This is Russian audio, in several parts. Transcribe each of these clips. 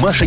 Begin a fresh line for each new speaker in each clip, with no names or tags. Маша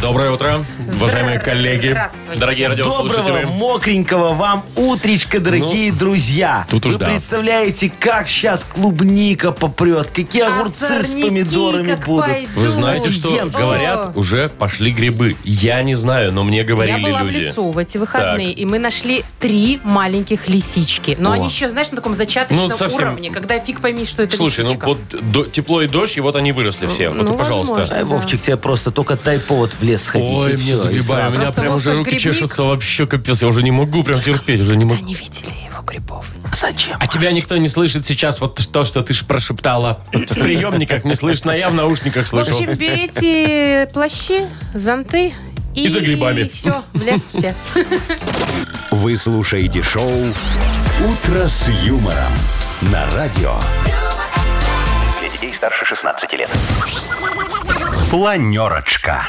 Доброе утро, уважаемые коллеги,
Здравствуйте.
дорогие
Доброго,
радиослушатели.
мокренького вам утречка, дорогие друзья.
Ну, тут уж
Вы
да.
представляете, как сейчас клубника попрет, какие огурцы с
А сорняки
помидорами
как
будут.
пойдут.
Вы знаете, что
Уженские.
говорят, уже пошли грибы. Я не знаю, но мне
Я
говорили
была в
люди.
лесу в эти выходные, и мы нашли три маленьких лисички. Но
О.
они еще, знаешь, на таком зачаточном
Ну, совсем.
уровне, когда фиг пойми, что это
Слушай, ну
лисичка.
вот до- тепло и дождь, и вот они выросли все. Вот,
ну,
пожалуйста.
возможно.
Ай, Вовчик, тебе просто только дай повод в лес сходить.
Ой,
и
мне
всё, и
загребаю, у
сразу.
меня
Просто
прям уже
Вовка ж
руки
грибник.
чешутся, вообще капец, я уже не могу прям терпеть, уже не могу.
Не видели его грибов.
Зачем?
А тебя никто не слышит сейчас вот то, что ты ж прошептала. В приемниках не слышно, а я в наушниках
В
слышал.
общем, берите плащи, зонты и...
И за грибами.
все, в лес все.
Вы слушаете шоу «Утро с юмором» на радио. Для детей старше 16 лет. Планерочка.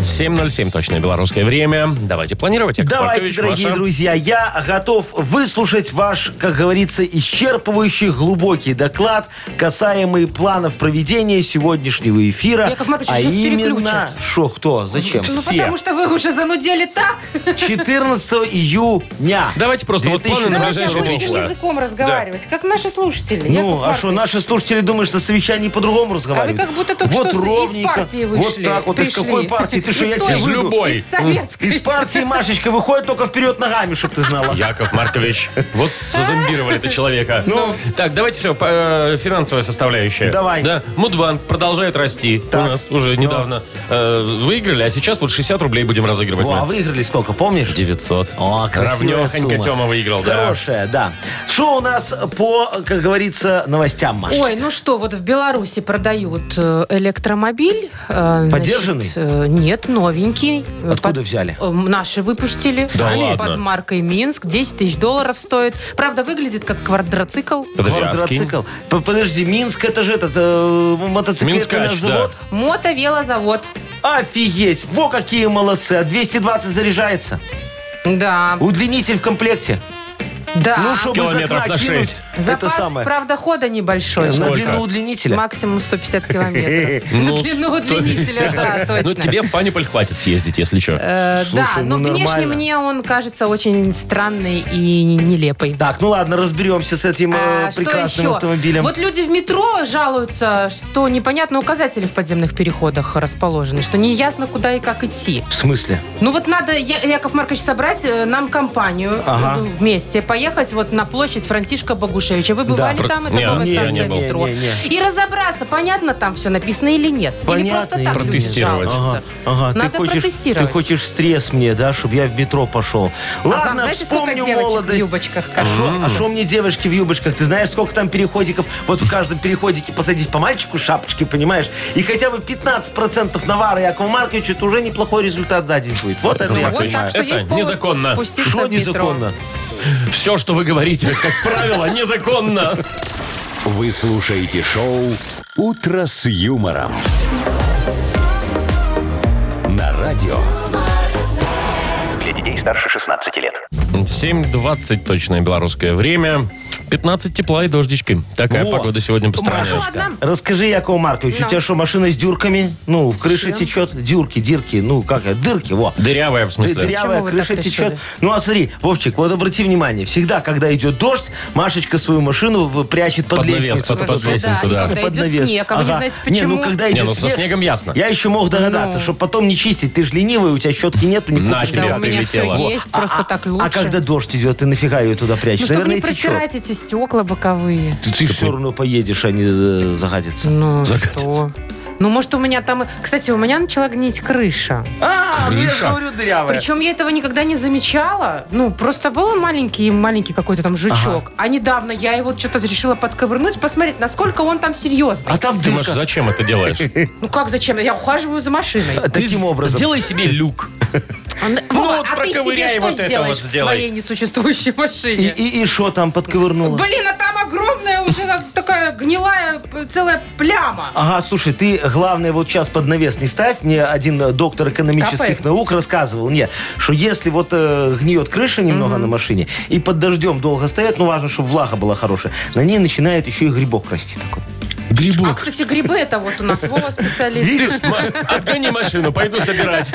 7.07 точное белорусское время. Давайте планировать, Яков
Давайте,
Маркович,
дорогие
ваша.
друзья, я готов выслушать ваш, как говорится, исчерпывающий глубокий доклад, касаемый планов проведения сегодняшнего эфира.
Яков Маркович,
а
сейчас
именно,
переключат.
что, кто, зачем?
Ну,
Все.
потому что вы уже занудели так.
14 июня.
Давайте просто вот
2000.
планы на
Давайте
ближайшие
обычным
полчаса.
языком разговаривать, как наши слушатели. Яков
Ну, а что,
Маркович.
наши слушатели думают, что совещание по-другому разговаривают?
А вы как будто только
вот
что из
ровненько,
партии
Вот
вышли,
так вот. Из
пришли.
какой партии? Ты что,
Из
я тебе
той.
Из
выйду?
любой.
Из советской.
Из партии, Машечка, выходит только вперед ногами, чтобы ты знала.
Яков Маркович, вот зазомбировали ты человека. Ну, так, давайте все, по- э, финансовая составляющая.
Давай.
Да, Мудбанк продолжает расти. У
Так. Ну.
нас уже недавно э, выиграли, а сейчас вот 60 рублей будем разыгрывать.
Во, а
мы.
выиграли сколько, помнишь?
900.
О, красивая
Равнёхонько
сумма.
Тёма выиграл, да.
Хорошая, да. Что у нас по, как говорится, новостям, Маша?
Ой, ну что, вот в Беларуси продают э, электромобиль. э, значит,
Подержанный?
э, Нет, новенький.
Откуда
Под-
взяли?
э, Наши выпустили.
Сами?
Под
ладно?
маркой Минск. 10 тысяч долларов стоит. Правда, выглядит как квадроцикл.
Подожди, а скинь?
Квадроцикл. П- Подожди, Минск, это же этот э, мотоциклетный
Минскач,
наш
да.
завод?
Мотовелозавод.
Офигеть! Во, какие молодцы! А 220 заряжается.
Да,
Удлинитель в комплекте.
да.
Ну, чтобы из
Километров
окна
на
кинуть.
шесть.
А. Запас,
это самое. Ну
правда, хода небольшой.
На
Сколько?
длину удлинителя.
Максимум 150 километров.
Ну,
На длину удлинителя, да,
Ну,
точно.
тебе в панипаль хватит съездить, если что.
Э,
Слушай,
Да,
ну,
но внешне
нормально.
мне он кажется очень странный и нелепый.
Так, ну ладно, разберемся с этим э,
А, что
прекрасным
еще?
автомобилем.
Вот люди в метро жалуются, что непонятно указатели в подземных переходах расположены, что неясно, куда и как идти.
В смысле?
Ну вот надо, Я- Яков Маркович, собрать э, нам компанию
Ага.
э, вместе, поехать вот на площадь Франтишка Богушевича. Вы бывали
Про-
там, это
Не,
новая
не,
станция
не был.
метро.
Не, не,
И разобраться, понятно там все написано или нет. или
Понятно,
просто
и
так люди
протестировать.
жалуются.
Ага, ага,
Надо
ты хочешь,
протестировать.
Ты хочешь стресс мне, да, чтобы я в метро пошел.
а
Ладно,
там, знаете, сколько
вспомню
девочек в
молодость.
юбочках?
А
как
шо- А что мне девочки в юбочках? Ты знаешь, сколько там переходиков? Вот в каждом переходике посадить по мальчику шапочки, понимаешь? И хотя бы 15% навара Якову Марковичу, это уже неплохой результат за день будет. Вот это
Ну,
я
вот
Вот так
понимаю.
что
Это
есть повод
незаконно.
спуститься
Что
в метро.
незаконно?
Все, что вы говорите, как правило, незаконно.
Вы слушаете шоу «Утро с юмором». На радио. Для детей старше 16 лет.
7.20 точное белорусское время. 15 тепла и дождички. Такая
Во.
погода сегодня по стране.
Ладно.
Расскажи, Якову Маркович,
Ну.
у тебя что, машина с дюрками? Ну, в крыше течет? Дюрки, дирки, ну как, это, дырки, во.
Дырявая, в смысле.
Дырявая
Почему вы
крыша
так
течет.
решили?
Ну а смотри, Вовчик, вот обрати внимание, всегда, когда идет дождь, Машечка свою машину в- прячет под,
Под навес,
лестницу.
под- под
Да,
лесенку,
и
да.
когда идет снег, а вы не
Ага.
знаете
Не,
почему.
ну когда идет
Не, ну со
снег,
снегом ясно.
я еще мог догадаться,
Ну.
чтобы потом не чистить. Ты же ленивый, у тебя щетки нету, не
На
купишь
тебе
да, у
никак.
меня
прилетело.
все
Вот.
есть,
А-
просто
а-
так лучше.
А когда дождь идет, ты нафига ее туда прячешь?
ну, чтобы
Наверное,
не
течет.
протирать эти стекла боковые.
Ты все равно поедешь, а не э, загадится.
Ну,
Закатится.
что? Ну, может, у меня там... и- Кстати, у меня начала гнить крыша.
А, ну я же
Крыша.
говорю, дырявая.
Причем я этого никогда не замечала. Ну, просто был маленький, маленький какой-то там жучок. А недавно я его что-то решила подковырнуть, посмотреть, насколько он там серьезный.
А там
Ты, Маш,
дырка.
зачем это делаешь?
Ну, как зачем? Я ухаживаю за машиной.
Таким образом.
Сделай себе люк.
Он-
вот
а ты себе
проковыряй
что
вот это
сделаешь
вот
в
сделай.
своей несуществующей машине?
И- И что там подковырнула?
Блин, а там огромная уже как такая гнилая э, целая пляма.
Ага, слушай, ты главное вот сейчас под навес не ставь. Мне один э, доктор экономических
Капает.
наук рассказывал, не, что если вот э, гниет крыша немного на машине и под дождем долго стоит, ну важно, чтобы влага была хорошая, на ней начинает еще и грибок расти такой.
А,
Грибок.
кстати, грибы это вот у нас Вова специалист.
Ты, Маш, Отгони машину, пойду собирать.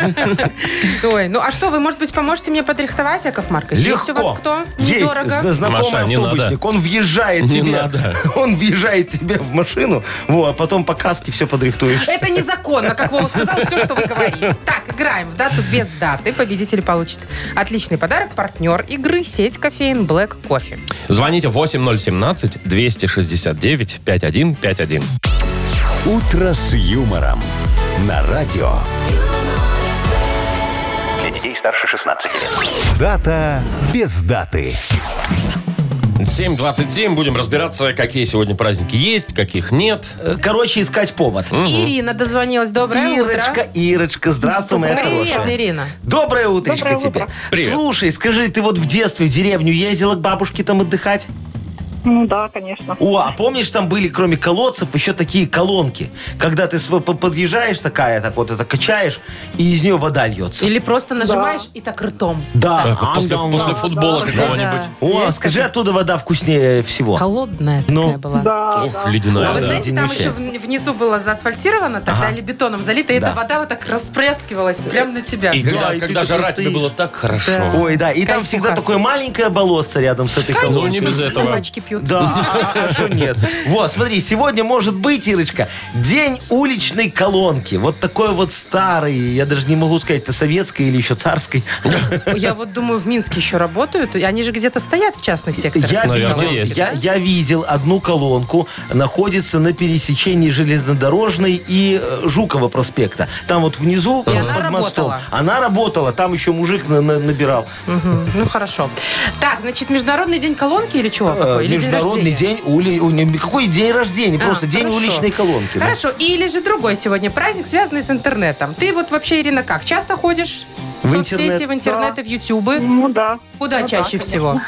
Ой, ну а что, вы, может быть, поможете мне подрихтовать, Яков Маркович? Есть у вас кто?
Есть зна-
Недорого.
знакомый
Маша, не
автобусник. Он въезжает
Не
тебе.
надо.
Он въезжает тебе в машину, во, а потом по каске все подрихтуешь.
Это незаконно, как Вова сказал, все, что вы говорите. Так, играем в дату без даты. Победитель получит отличный подарок. Партнер игры сеть кофеин Black Кофе.
Звоните 8017-269-5151.
«Утро с юмором» на радио.
Для детей старше 16 лет.
Дата без даты.
7.27. Будем разбираться, какие сегодня праздники есть, каких нет.
Э, Короче, искать повод.
Ирина дозвонилась. Доброе
Ирочка,
утро.
Ирочка, здравствуй, моя
Привет,
хорошая.
Ирина.
Доброе утречко
Доброе
тебе.
утро.
Привет.
Слушай, скажи, ты вот в детстве в деревню ездила к бабушке там отдыхать?
Ну да, конечно.
О, а помнишь, там были, кроме колодцев, еще такие колонки, когда ты сво- по- подъезжаешь такая, так вот это качаешь, и из нее вода льется.
Или просто нажимаешь и так ртом.
Да.
Так, после,
Ам-дам-дам.
Э, после футбола
После,
какого-нибудь.
да.
О,
Есть
скажи,
такая?
оттуда вода вкуснее всего.
Холодная такая
Ну.
была.
Да,
Ох,
да.
ледяная.
А вы
да.
знаете, там еще вн- внизу было заасфальтировано тогда или бетоном залито, и
Да.
эта вода вот так расплескивалась прямо на тебя.
И когда,
Да, и ты
когда
такой
жара тебе
стоишь.
было так хорошо.
Да.
Ой, да, и там
Кайфуха.
всегда такое маленькое болотце рядом с этой
Ну, не
колонкой.
без этого.
Собачки пьют.
Да, а- а что нет? Вот, смотри, сегодня может быть, Ирочка, день уличной колонки. Вот такой вот старый, я даже не могу сказать, это советской или еще царской.
Я вот думаю, в Минске еще работают. и Они же где-то стоят в частных секторах.
Я
Наверное,
видел,
есть.
я, я видел одну колонку, находится на пересечении Железнодорожной и э, Жукова проспекта. Там вот внизу, под
она
мостом.
работала?
Она работала, там еще мужик на- на- набирал.
Мгм, Ну, хорошо. Так, значит, Международный день колонки или чего?
Э,
Какой? Или день
Международный
рождения?
день, ули... у- не- Какой день рождения?
А,
Просто день
хорошо.
уличной колонки. да.
Хорошо. Или же другой сегодня праздник, связанный с интернетом. Ты вот вообще, Ирина, как? Часто ходишь в,
В
соцсети,
интернет?
в интернеты, в ютубы?
Ну да.
Куда
Ну да,
чаще
конечно.
всего?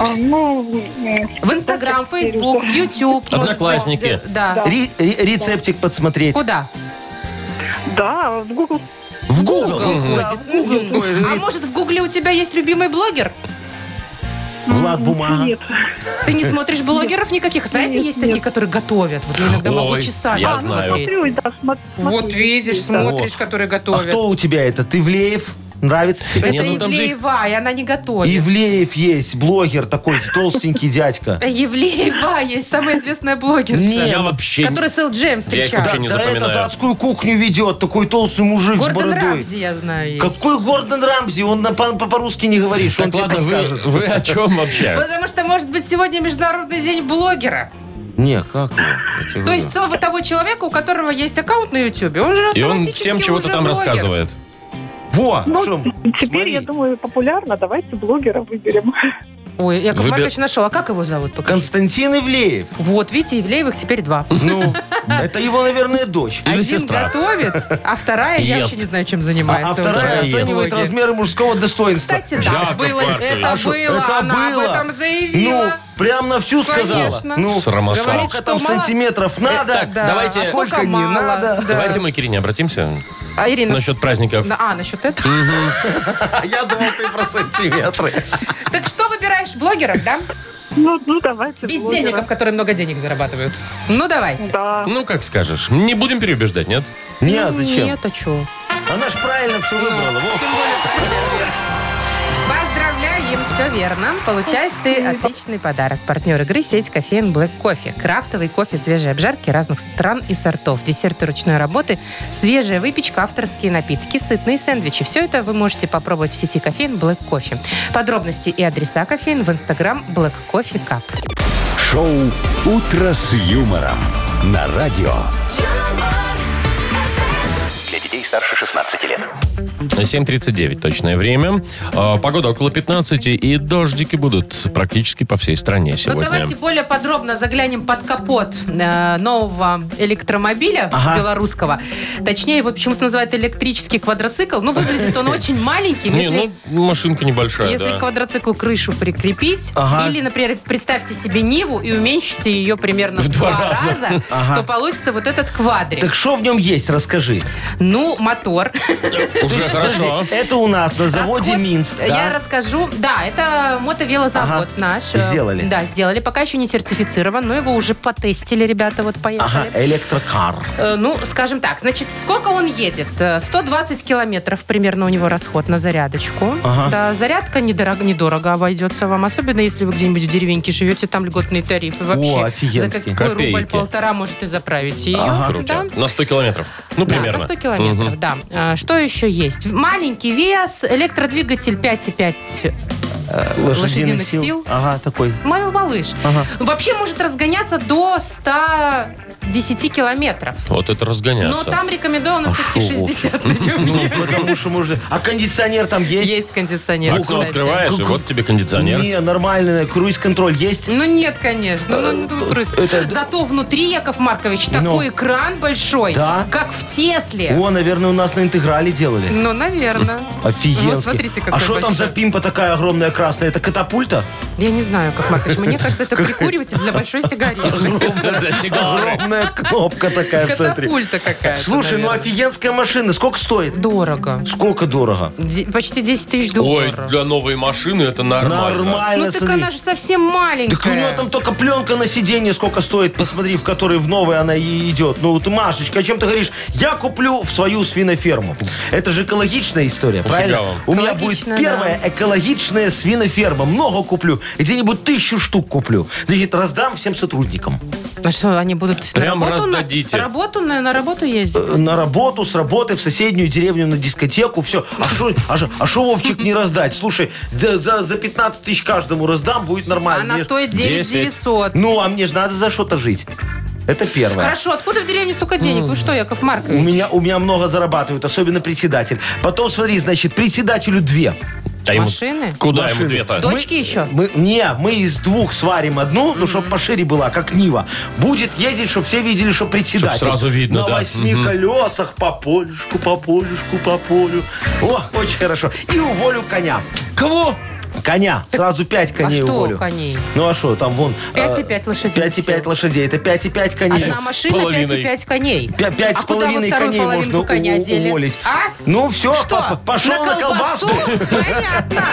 А, ну, м,
В Инстаграм,
так, так,
Фейсбук, в Ютуб. может быть.
Одноклассники.
Да.
Да.
Ри- ри- рецептик подсмотреть.
Куда?
Да, в Google.
В Google.
Google
Да,
ходит.
в Google
Мгм.
ходит.
А может, в Гугле у тебя есть любимый блогер?
Влад Бумага.
Нет.
Ты не смотришь блогеров никаких? Знаете,
Нет,
есть
нет.
такие, которые готовят. Вот я иногда могу
Ой,
часами
я
А, ну,
знаю.
смотреть.
смотрю, да, смо-
Вот
смотрю,
видишь,
да.
смотришь, которые
А
готовят.
кто у тебя это? Тывлеев? Нравится тебе?
Это
Не, ну там же их-
Евлеева, и она не готовит.
Ивлеев есть, блогер такой, толстенький дядька.
Евлеева есть самая известная блогерша.
Не,
Я вообще... не-
Который с Эл
Я
Джем
их вообще
встречалась.
не
Да это
запоминаю.
датскую кухню ведет, такой толстый мужик с
Гордон
бородой.
Рамзи, я знаю, есть.
Какой Гордон Рамзи? Он на- по- по-русски не говорит, что он
Так
тебе
ладно, вы,
подскажет.
вы о чем вообще?
Потому что, может быть, сегодня Международный день блогера.
Не, как его? Я тебе
То
говорю.
есть того, того человека, у которого есть аккаунт на Ютьюбе, он же
И он
автоматически
всем чего-то
уже
там
блогер.
рассказывает.
Во,
Ну,
шо,
Теперь,
смотри.
я думаю, популярно. Давайте блогера выберем.
Ой, Яков
Выбер-
Маркович нашел. А как его зовут? Пока?
Константин Ивлеев.
Вот, видите, Евлеевых теперь два.
Ну, это его, наверное, дочь.
Или
Один
сестра.
готовит, а вторая, я
Ест.
вообще не знаю, чем
А, а
занимается.
вторая
Вторая есть.
оценивает
размер.
размеры мужского достоинства.
Кстати, да,
Яков
было,
Маркович.
это
А шо,
было,
это
она
было?
об этом заявила.
Ну, прям на всю сказала.
Конечно.
Ну,
Срамоса.
Говорит, А
сколько
что
там
мало- Э,
сантиметров надо?
так,
Да,
давайте-
а
Сколько не надо?
да.
Давайте мы к Ирине обратимся.
А, Ирина,
насчет
с-
праздников.
на- А, насчет этого.
Я думал, ты про сантиметры.
Так что выбираешь, блогеров, да?
Ну, ну давайте блогера.
Бездельников, которые много денег зарабатывают. Ну, давайте.
Да.
Ну, как скажешь. Не будем переубеждать, нет?
Не, а зачем?
Нет, а что?
Она ж правильно все выбрала. Вов.
Поздравляем, все верно. Получаешь ты отличный подарок. Партнер игры сеть кофеин Black Кофе. Крафтовый кофе свежей обжарки разных стран и сортов. Десерты ручной работы, свежая выпечка, авторские напитки, сытные сэндвичи. Все это вы можете попробовать в сети кофеин Black Кофе. Подробности и адреса кофеин в инстаграм Black Coffee Cup.
Шоу «Утро с юмором» на радио.
Для детей детей старше 16 лет.
7.39 точное время. А, Погода около 15, и дождики будут практически по всей стране
Ну,
сегодня.
давайте более подробно заглянем под капот э, нового электромобиля
Ага.
белорусского. Точнее, его почему-то называют электрический квадроцикл. Ну, выглядит он очень маленьким.
Не,
Если
ну, машинка небольшая,
Если
да.
к квадроциклу крышу прикрепить,
Ага.
или, например, представьте себе Ниву и уменьшите ее примерно в
два
два раза,
раза.
Ага.
то получится вот этот квадрик.
Так что в нем есть, расскажи.
Ну, мотор.
Уже хорошо.
Подожди, Это у нас на заводе
Расход-
Минск.
А Я
да?
расскажу. Да, это мотовелозавод
Ага.
наш.
Сделали.
Да, сделали. Пока еще не сертифицирован, но его уже потестили, ребята, вот
Ага,
поехали.
электрокар.
Э, Ну, скажем так, значит, сколько он едет? Э, 120 километров примерно у него расход на зарядочку.
Ага.
Да, зарядка недорого, недорого обойдется вам, особенно если вы где-нибудь в деревеньке живете, там льготные тарифы вообще.
О, офигенски.
За какой
Копейки.
рубль-полтора можете заправить ее. Да.
Круто. На 100 километров. Ну,
Да,
примерно.
на 100 километров,
Мгм.
да. А, Что еще есть? Маленький вес, электродвигатель 5,5 э, лошадиных сил.
Ага, такой.
Мал- малыш.
Ага.
Вообще может разгоняться до 110 километров.
Вот это
Но
разгоняться.
там рекомендовано все-таки
шо вы?
60 на нём
Ну,
ехать.
потому что можно... А кондиционер там есть?
Есть кондиционер.
Окно
кстати.
открываешь, и
Ку-ку.
вот тебе кондиционер.
Не, нормально, круиз-контроль есть?
Ну нет, конечно. Ну, ну, Крусь. Зато внутри, Яков Маркович, такой экран большой,
Ну. Да?
как в Тесле.
О, наверное, у нас на интеграле делали.
Ну, наверное.
Офигенски.
Вот смотрите, какой
а что там
большой.
за пимпа такая огромная красная? Это катапульта?
Я не знаю, Яков Маркович, мне кажется, это прикуриватель для большой сигареты.
Для Ну, сигары.
Огромная кнопка такая в центре.
Катапульта какая-то.
Слушай, ну
наверное.
офигенская машина. Сколько стоит?
Дорого.
Сколько дорого?
Де- Почти 10 тысяч
Ой,
долларов.
для новой машины это нормально.
Нормально,
Ну так
смотри.
она же совсем
Так у нее
маленькая.
там только пленка на сиденье сколько стоит, посмотри, в которой в новой она и идет. Ну, ты, Машечка, о чем ты говоришь? Я куплю в свою свиноферму. Это же экологичная история, правильно?
вам.
У меня будет
Экологично,
первая экологичная свиноферма. Много куплю. Где-нибудь тысячу штук куплю. Значит, раздам всем сотрудникам.
А что, они будут на
Прям
работу на-
раздадите.
работу на на работу ездить?
Э, На работу, с работы, в соседнюю деревню, на дискотеку. Все. А что, а шо- а шо, Вовчик, не раздать? Слушай, да за, за 15 тысяч каждому раздам, будет нормально.
Она
Мне ж-
стоит 9
10.
900.
Ну, а мне же надо за что-то жить. Это первое.
Хорошо, откуда в деревне столько денег? Вы что, Яков
Ну, У
Маркович?
меня, у меня много зарабатывают, особенно председатель. Потом, смотри, значит, председателю две.
А ему-
Машины?
Куда
Машины.
ему две-то?
а Мы-
Дочки еще?
Мы, не, мы из двух сварим одну, ну, чтобы пошире была, как Нива. Будет ездить, чтобы все видели, что председатель.
Чтоб сразу видно,
На
да.
восьми
Мгм.
колесах по полюшку, по полюшку, по полю. О, очень хорошо. И уволю коня.
Кого?
Коня. Сразу пять
А
коней
что
уволю.
у коней?
Ну, а что, там вон...
5,5 лошадей.
5,5 лошадей. Это 5,5 коней.
Одна машина,
половиной.
5,5 коней.
Пя- Пять
А куда
с
вы
половиной
вторую
коней
половинку
можно
коня
у-
одели?
уволить.
А?
Ну все, папа,
Что?
пошел на колбасу.
Понятно.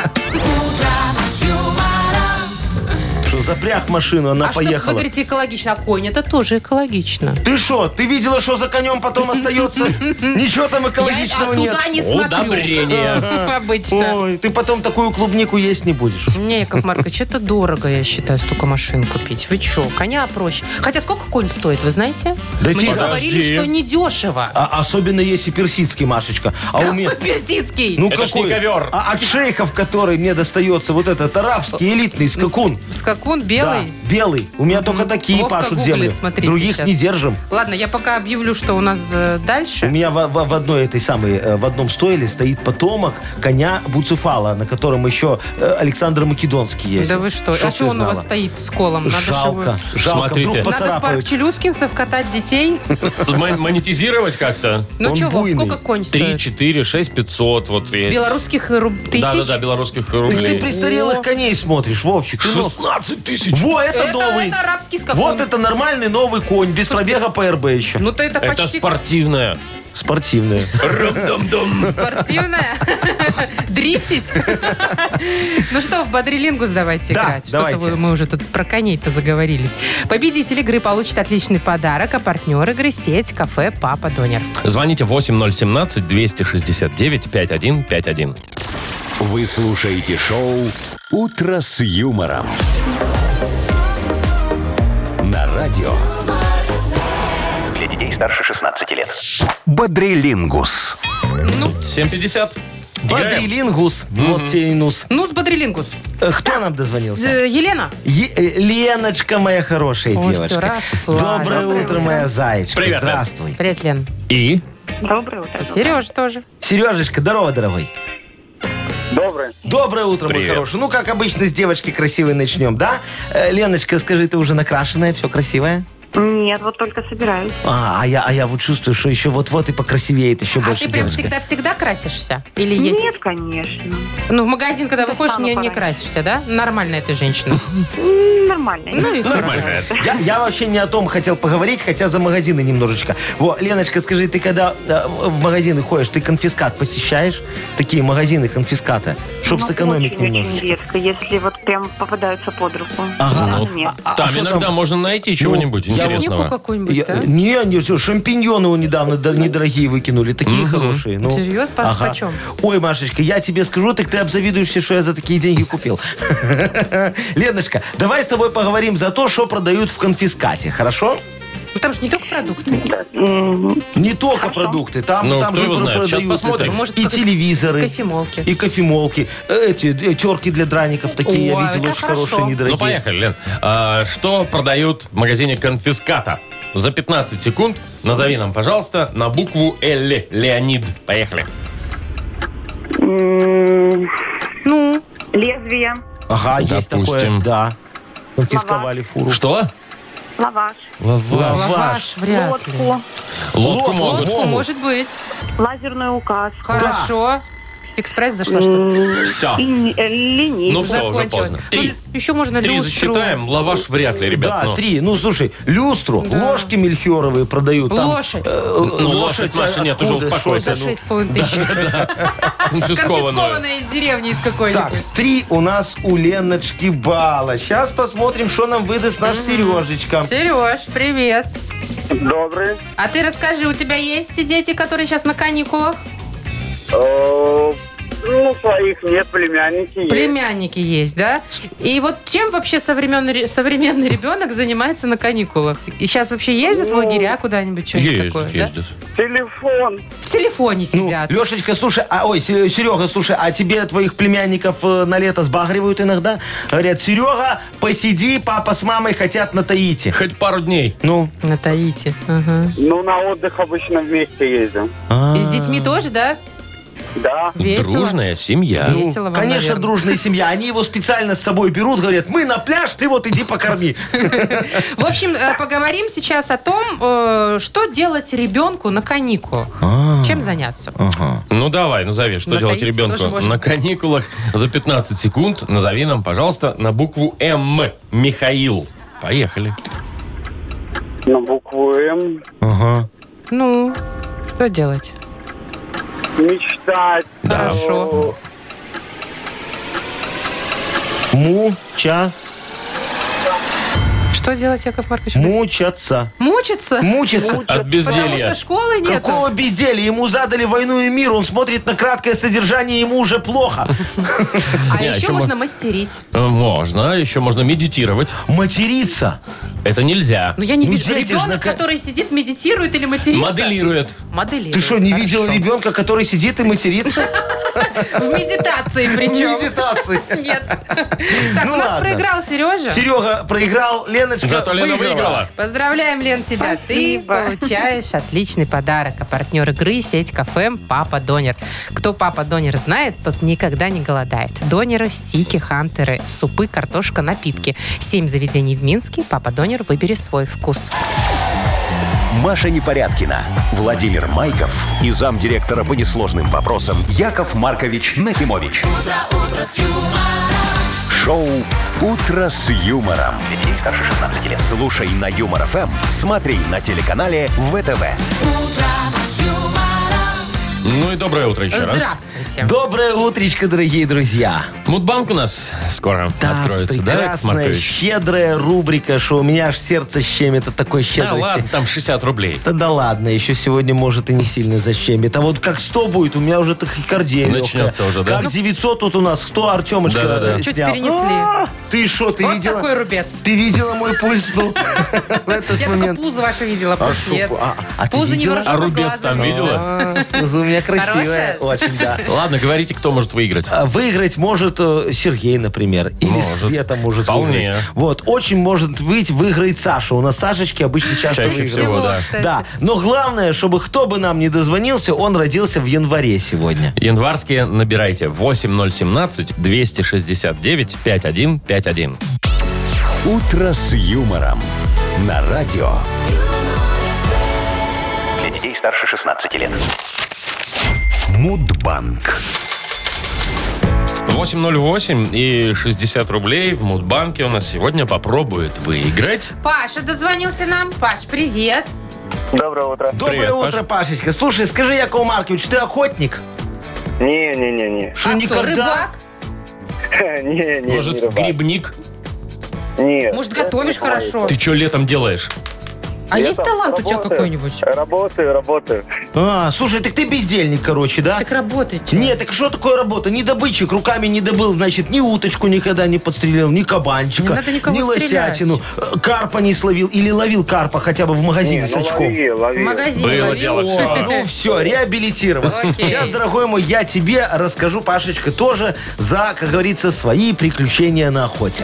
Что, запряг машину, она
А что, вы
поехала.
говорите, экологично? А конь, это тоже экологично.
Ты что, ты видела, что за конем потом остается? Ничего там
Я а,
экологичного нет.
туда не
Удобрение.
смотрю. Обычно.
Ой, ты потом такую клубнику есть не будешь.
Не, Яков Маркович, это дорого, я считаю, столько машин купить. Вы чё, коня проще. Хотя сколько конь стоит, вы знаете?
Да
Мне
фига.
говорили,
Подожди.
что недешево.
А- Особенно если персидский, Машечка. А у меня...
Персидский.
Ну
Это ж не
какой?
ковер.
А от шейхов, который мне достается, вот этот арабский элитный скакун.
Скакун белый.
Да, белый. У меня только такие
Вовка
пашут
гуглит,
земли.
смотрите
Других
сейчас.
не держим.
Ладно, я пока объявлю, что у нас э,
У
дальше.
меня в, в- в одной этой самой, э, в одном стойле стоит потомок коня Буцефала, на котором еще э, Александр Македонский ездил.
Да вы что?
Чтоб
а
ты
что он у вас
знала.
стоит с колом? Надо же его-
жалко, жалко,
Смотрите.
вдруг
Надо
Надо в парк
поцарапают.
Челюскинцев катать детей.
Мон- Монетизировать как-то?
Ну
Он
что, Вов,
буйный.
сколько конь
3,
стоит?
4, 6, 500. Вот есть.
Белорусских э, руб- тысяч?
Да-да-да, белорусских
Так ты
рублей.
престарелых коней смотришь, Вовчик. ты ну-
16 тысяч.
Во, это,
Это-
новый.
это арабский скакун.
Вот это нормальный новый конь, без пробега по РБ еще.
Ну то это
Это
почти
спортивная.
Спортивный.
Рам-дам-дам.
спортивная. Дрифтить. Ну что, в бодрилингус давайте
Да,
играть. Что-то
давайте.
вы- мы уже тут про коней-то заговорились. Победитель игры получит отличный подарок, а партнер игры сеть кафе «Папа Донер».
Звоните 8017-269-5151.
Вы слушаете шоу «Утро с юмором». На радио
Для детей старше 16 лет.
«Бодрилингус».
7.50. Играем.
Бодрилингус. Вот тебе и нус.
Ну, с бодрилингус.
Э, Кто нам
С,
дозвонился?
э, Елена.
Е- э, Леночка, моя хорошая
Ой, всё,
девочка.
расслабилась.
Доброе утро, моя зайчка.
Привет, Лен.
Здравствуй.
Ну Привет, Лен.
И
Доброе утро.
И Сереж тоже.
Сережечка, здорово, дорогой.
Доброе.
Доброе утро,
Привет.
мой хороший. Ну, как обычно, с девочки красивой начнем, да? Э, Леночка, скажи, ты уже накрашенная, все красивое?
Нет, вот только собираюсь.
А, а я, а я вот чувствую, что еще вот-вот и покрасивеет еще
А ты
больше
прям
девушка.
всегда-всегда красишься? Или есть?
Нет, конечно.
Ну, в магазин, когда
Да
выходишь,
стану
не, не
пораньше.
красишься, да? Нормальная ты женщина.
М, Нормально.
Ну и хорошо.
Нормально.
Я, я вообще не о том хотел поговорить, хотя за магазины немножечко. Во, Леночка, скажи, ты когда э, в магазины ходишь, ты конфискат посещаешь? Такие магазины конфиската, чтобы
Ну,
сэкономить
очень,
немножечко.
Очень редко, если вот прям попадаются под руку.
Ага.
Ну, нет.
А- а
Там Ну,
что
иногда можно найти чего-нибудь
Клубнику
интересного.
какую-нибудь,
Я- э,
да?
не, не, всё, шампиньоны вон недавно дор- недорогие выкинули, такие хорошие. Ну.
Серьез, Ну. Паш,
Ага.
почем?
Ой, Машечка, я тебе скажу, так ты обзавидуешься, что я за такие деньги купил. Леночка, давай с тобой поговорим за то, что продают в конфискате, хорошо?
Ну, там же не только продукты.
М,
Не только продукты, там,
Ну,
там
кто
же
его
про-
знает? Сейчас
продают
посмотрим.
это.
Может,
и
как-
телевизоры,
кофемолки.
и кофемолки, эти э, терки для драников такие,
О,
я видел,
это
очень
хорошо.
хорошие, недорогие.
Ну, поехали, Лен. А, что продают в магазине конфиската? За 15 секунд назови нам, пожалуйста, на букву Л. Леонид. Поехали.
м,
Ну,
Лезвие,
Ага, есть такое,
Допустим.
да. Конфисковали фуру.
Что?
лаваш,
Лаваш.
лаваш вряд ли.
лодку,
Лодку
Лодку.
могут.
Лодку
Могут.
может быть.
лазерную указку.
Хорошо. Экспресс зашла, что ли?
Все.
И не- э, линейку.
Ну все, уже
Закончилось.
поздно.
Ну,
Три.
еще можно
Три
люстру.
засчитаем. Лаваш вряд ли, ребят.
Да,
ну.
три. Ну, слушай, люстру, ложки мельхиоровые продают. Там,
Лошадь.
э, э,
Ну, лошадь, Маша, нет, уже
откуда, что
успокойся.
это,
За
ну?
6,5 тысяч. А,
Конфискованную.
Конфискованная из деревни из
Так,
какой-нибудь.
три у нас у Леночки балла. Сейчас посмотрим, что нам выдаст наш Сережечка.
Сереж, привет.
Доброе.
А ты расскажи, у тебя есть те дети, которые сейчас на каникулах?
Э, Ну, своих нет, племянники есть.
Племянники есть, да? И вот чем вообще современный, ре- современный ребенок занимается на каникулах? И сейчас вообще ездят в
Ну,
лагеря куда-нибудь, что-нибудь такое?
Ездит,
да?
ездит.
Телефон.
В телефоне
Ну,
сидят.
Лешечка, слушай, а, ой, Се- Серега, слушай, а тебе твоих племянников э, на лето сбагривают иногда? Говорят, Серега, посиди, папа с мамой хотят на Таити.
Хоть пару дней.
Ну,
На Таити. Ага.
Ну, на отдых обычно вместе ездим.
а,
И с детьми тоже, да? А,
Да.
Весело.
Дружная семья.
Ну, весело вам,
конечно,
наверное.
дружная семья. Они его специально с собой берут, говорят, мы на пляж, ты вот иди покорми.
В общем, э, поговорим сейчас о том, э, что делать ребенку на каникулах. Чем заняться?
Ну давай, назови, что
На
делать
Таити
ребенку
тоже можно.
на каникулах за 15 секунд. Назови нам, пожалуйста, на букву М. Михаил. Поехали.
На букву М.
Ну, что делать?
Мечтать.
Да.
Хорошо.
Муча,
Что делать, Яков Маркович?
мучатся,
Мучиться?
мучатся.
От
Потому что
безделья.
школы нет. а-
Какого безделия? Ему задали войну и мир, он смотрит на краткое содержание, ему уже плохо.
А
Не, а
еще
чем
можно мастерить.
Э, Можно, еще можно медитировать.
Материться.
Это нельзя.
Но я не
Ну,
вижу
дети ж
ребенок,
на ка-
который сидит, медитирует или матерится.
Моделирует.
Моделирует.
Ты что, не
Хорошо.
видел ребенка, который сидит и матерится?
В медитации
В
причем.
медитации.
Нет. Так,
Ну
у нас
ладно.
проиграл Сережа.
Серега проиграл, Леночка
Зато Лена выиграла.
Поздравляем, Лен, тебя.
Спасибо.
Ты получаешь отличный подарок. А партнер игры – сеть кафе «Папа Донер». Кто «Папа Донер» знает, тот никогда не голодает. Донеры, стики, хантеры, супы, картошка, напитки. Семь заведений в Минске. «Папа Донер» выбери свой вкус.
Маша Непорядкина, Владимир Майков и замдиректора по несложным вопросам Яков Маркович Нахимович. Шоу Утро с юмором. Для детей старше 16 лет. Слушай на юмор ФМ, смотри на телеканале ВТВ.
Ну и доброе утро еще раз.
Здравствуйте.
Доброе утречко, дорогие друзья.
Мудбанк у нас скоро
Да,
откроется, да, Яков
прекрасная,
Маркович?
щедрая рубрика, что у меня аж сердце щемит от такой
Да
щедрости.
ладно, там 60 рублей.
Да да ладно, еще сегодня, может, и не сильно защемит. А вот как 100 будет, у меня уже тахикардия легкая.
Начнется уже, да? Ну,
Как 900 тут у нас, кто Артемочка
Да-да-да.
э,
Чуть
снял?
перенесли.
А, Ты что, ты
Вот
видела?
такой рубец.
Ты видела мой пульс, ну, в этот
Я только
момент?
пузо ваше видела.
А
больше
что,
нет.
а- а ты
Пузо не
видела?
выражу
А рубец
глазом.
там видела?
А, пузо у меня красивое.
Хорошее?
Очень, да.
Ладно, говорите, кто может выиграть.
А Выиграть может э, Сергей, например. Или
Может.
Света может
Вполне.
выиграть. Вот. Очень может быть выиграет Саша. У нас Сашечки обычно часто
Чаще
выигрывают.
всего, да.
Ну, кстати.
Да, но главное, чтобы кто бы нам не дозвонился, он родился в январе сегодня.
Январские набирайте 8017-269-5151.
«Утро с юмором» на радио.
Для детей старше 16 лет.
Мудбанк.
808 и 60 рублей в Мудбанке у нас сегодня попробует выиграть.
Паша дозвонился нам. Паш, привет.
Доброе утро.
Доброе
Привет,
утро, Пашечка. Слушай, скажи, Яков Маркович, ты охотник?
Не-не-не-не.
Что,
А кто,
никогда?
рыбак?
Не-не, не
Может,
рыбак.
грибник?
Нет.
Может, готовишь хорошо?
Ты что летом делаешь?
А
Я
есть
там
талант у тебя
работаю.
какой-нибудь?
Работаю, работаю.
А, слушай, так ты бездельник, короче, да?
Так работает. человек.
Нет, так что такое работа? Не добытчик, руками не добыл, значит, ни уточку никогда не подстрелил, ни
Не
кабанчика,
надо никого
ни лосятину, э, карпа не словил или ловил карпа хотя бы в магазине
Не,
с
ну
очком.
лови,
В
лови.
магазине
Было
ловил.
дело, всё.
О, ну все, реабилитирован.
Окей.
Сейчас, дорогой мой, я тебе расскажу, Пашечка, тоже за, как говорится, свои приключения на охоте.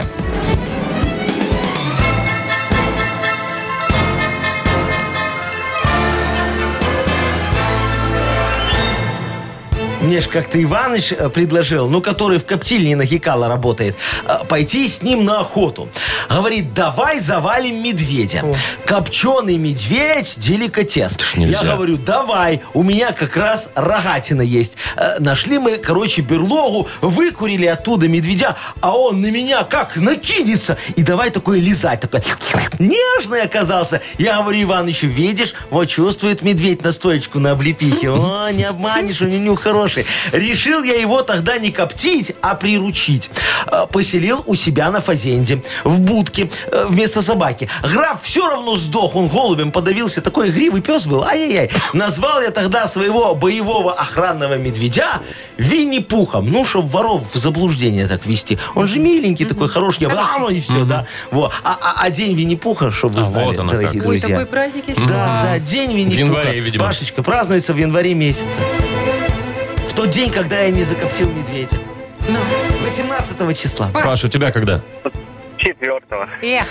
Мне ж как-то Иваныч э, предложил, ну, который в коптильне на Хикала работает, э, пойти с ним на охоту. Говорит, давай завалим медведя. Копченый медведь – деликатес.
нельзя.
Я говорю, давай, у меня как раз рогатина есть. Э, Нашли мы, короче, берлогу, выкурили оттуда медведя, а он на меня как накинется. И давай такой лизать, такой нежный оказался. Я говорю, Иванычу, видишь, вот чувствует медведь настоечку на облепихе. О, не обманешь, у него хороший. Решил я его тогда не коптить, а приручить. Э, Поселил у себя на фазенде, в будке, э, вместо собаки. Граф все равно сдох, он голубем подавился. Такой игривый пес был, ай-яй-яй. Назвал я тогда своего боевого охранного медведя Винни-Пухом. Ну, чтобы воров в заблуждение так вести. Он же миленький такой, хороший. А, ну и все, да. Вот. А- А а день Винни-Пуха, чтобы
А,
вы знали,
вот оно как.
дорогие
Ой,
друзья.
такой праздник есть.
Да, да,
класс.
день Винни-Пуха.
В январе, видимо.
Пашечка, празднуется в январе месяце. В тот день, когда я не закоптил медведя.
Ну,
18 числа.
Паш.
Паш, у тебя когда?
Четвертого.
Эх,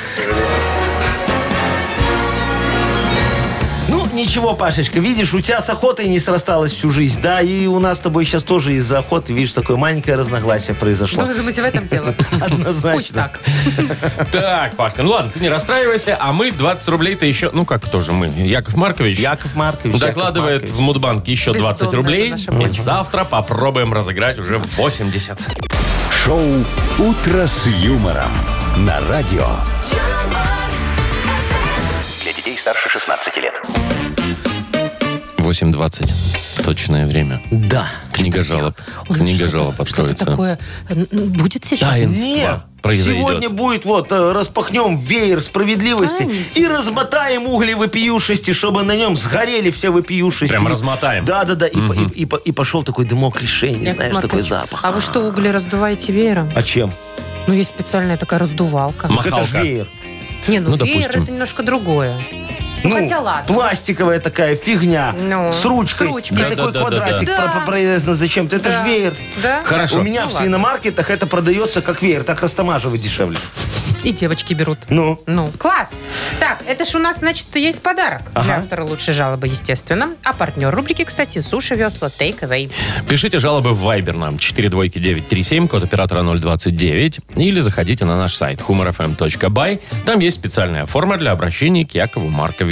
Ну, ничего, Пашечка, видишь, у тебя с охотой не срасталась всю жизнь, да, и у нас с тобой сейчас тоже из-за охоты, видишь, такое маленькое разногласие
что
произошло.
вы думаете в этом дело? Пусть
Однозначно.
так.
Так, Пашка, ну ладно, ты не расстраивайся, а мы 20 рублей-то еще... Ну как тоже мы? Яков Маркович
Яков Маркович. Яков
докладывает в
Маркович.
Мудбанк еще 20
Бездомная
рублей.
наша
И
почва.
завтра попробуем разыграть уже 80.
Шоу «Утро с юмором» на радио.
Для детей старше 16 лет.
8.20. Точное время.
Да.
Книга жалоб.
Ой,
Книга
что-то-
жалоб
Что-то
откроется.
такое э, н- будет сейчас?
Таинство
Нет,
произойдет.
сегодня будет, вот, э, распахнем веер справедливости
Таинство.
и размотаем угли вопиюшести, чтобы на нем сгорели все вопиюшести.
Прям размотаем.
Да-да-да, и, по- и- и по- и пошел такой дымок решения,
Яков
знаешь, такой
Маркович,
запах.
А вы что, угли раздуваете веером?
А чем?
Ну, есть специальная такая раздувалка.
М-
Так Это ж
Махалка.
веер.
Не, ну,
ну,
веер
допустим.
это немножко другое. Ну, хотя ладно.
Пластиковая такая фигня
Ну,
с ручкой.
с ручкой.
И такой
Да-да-да-да-да.
квадратик
Да.
про- про- прорезан зачем-то. Это
Да.
же веер.
Да?
Хорошо.
У меня
Ну,
в
ладно.
свиномаркетах это продается как веер, так растамаживать дешевле.
И девочки берут.
Ну,
Ну, класс. Так, это ж у нас, значит, есть подарок для
Ага.
автора лучшей жалобы, естественно. А партнер рубрики, кстати, суши-весла Take Away.
Пишите жалобы в Viber нам 42937, код оператора 029, или заходите на наш сайт humorfm.by. Там есть специальная форма для обращения к Якову Марковичу.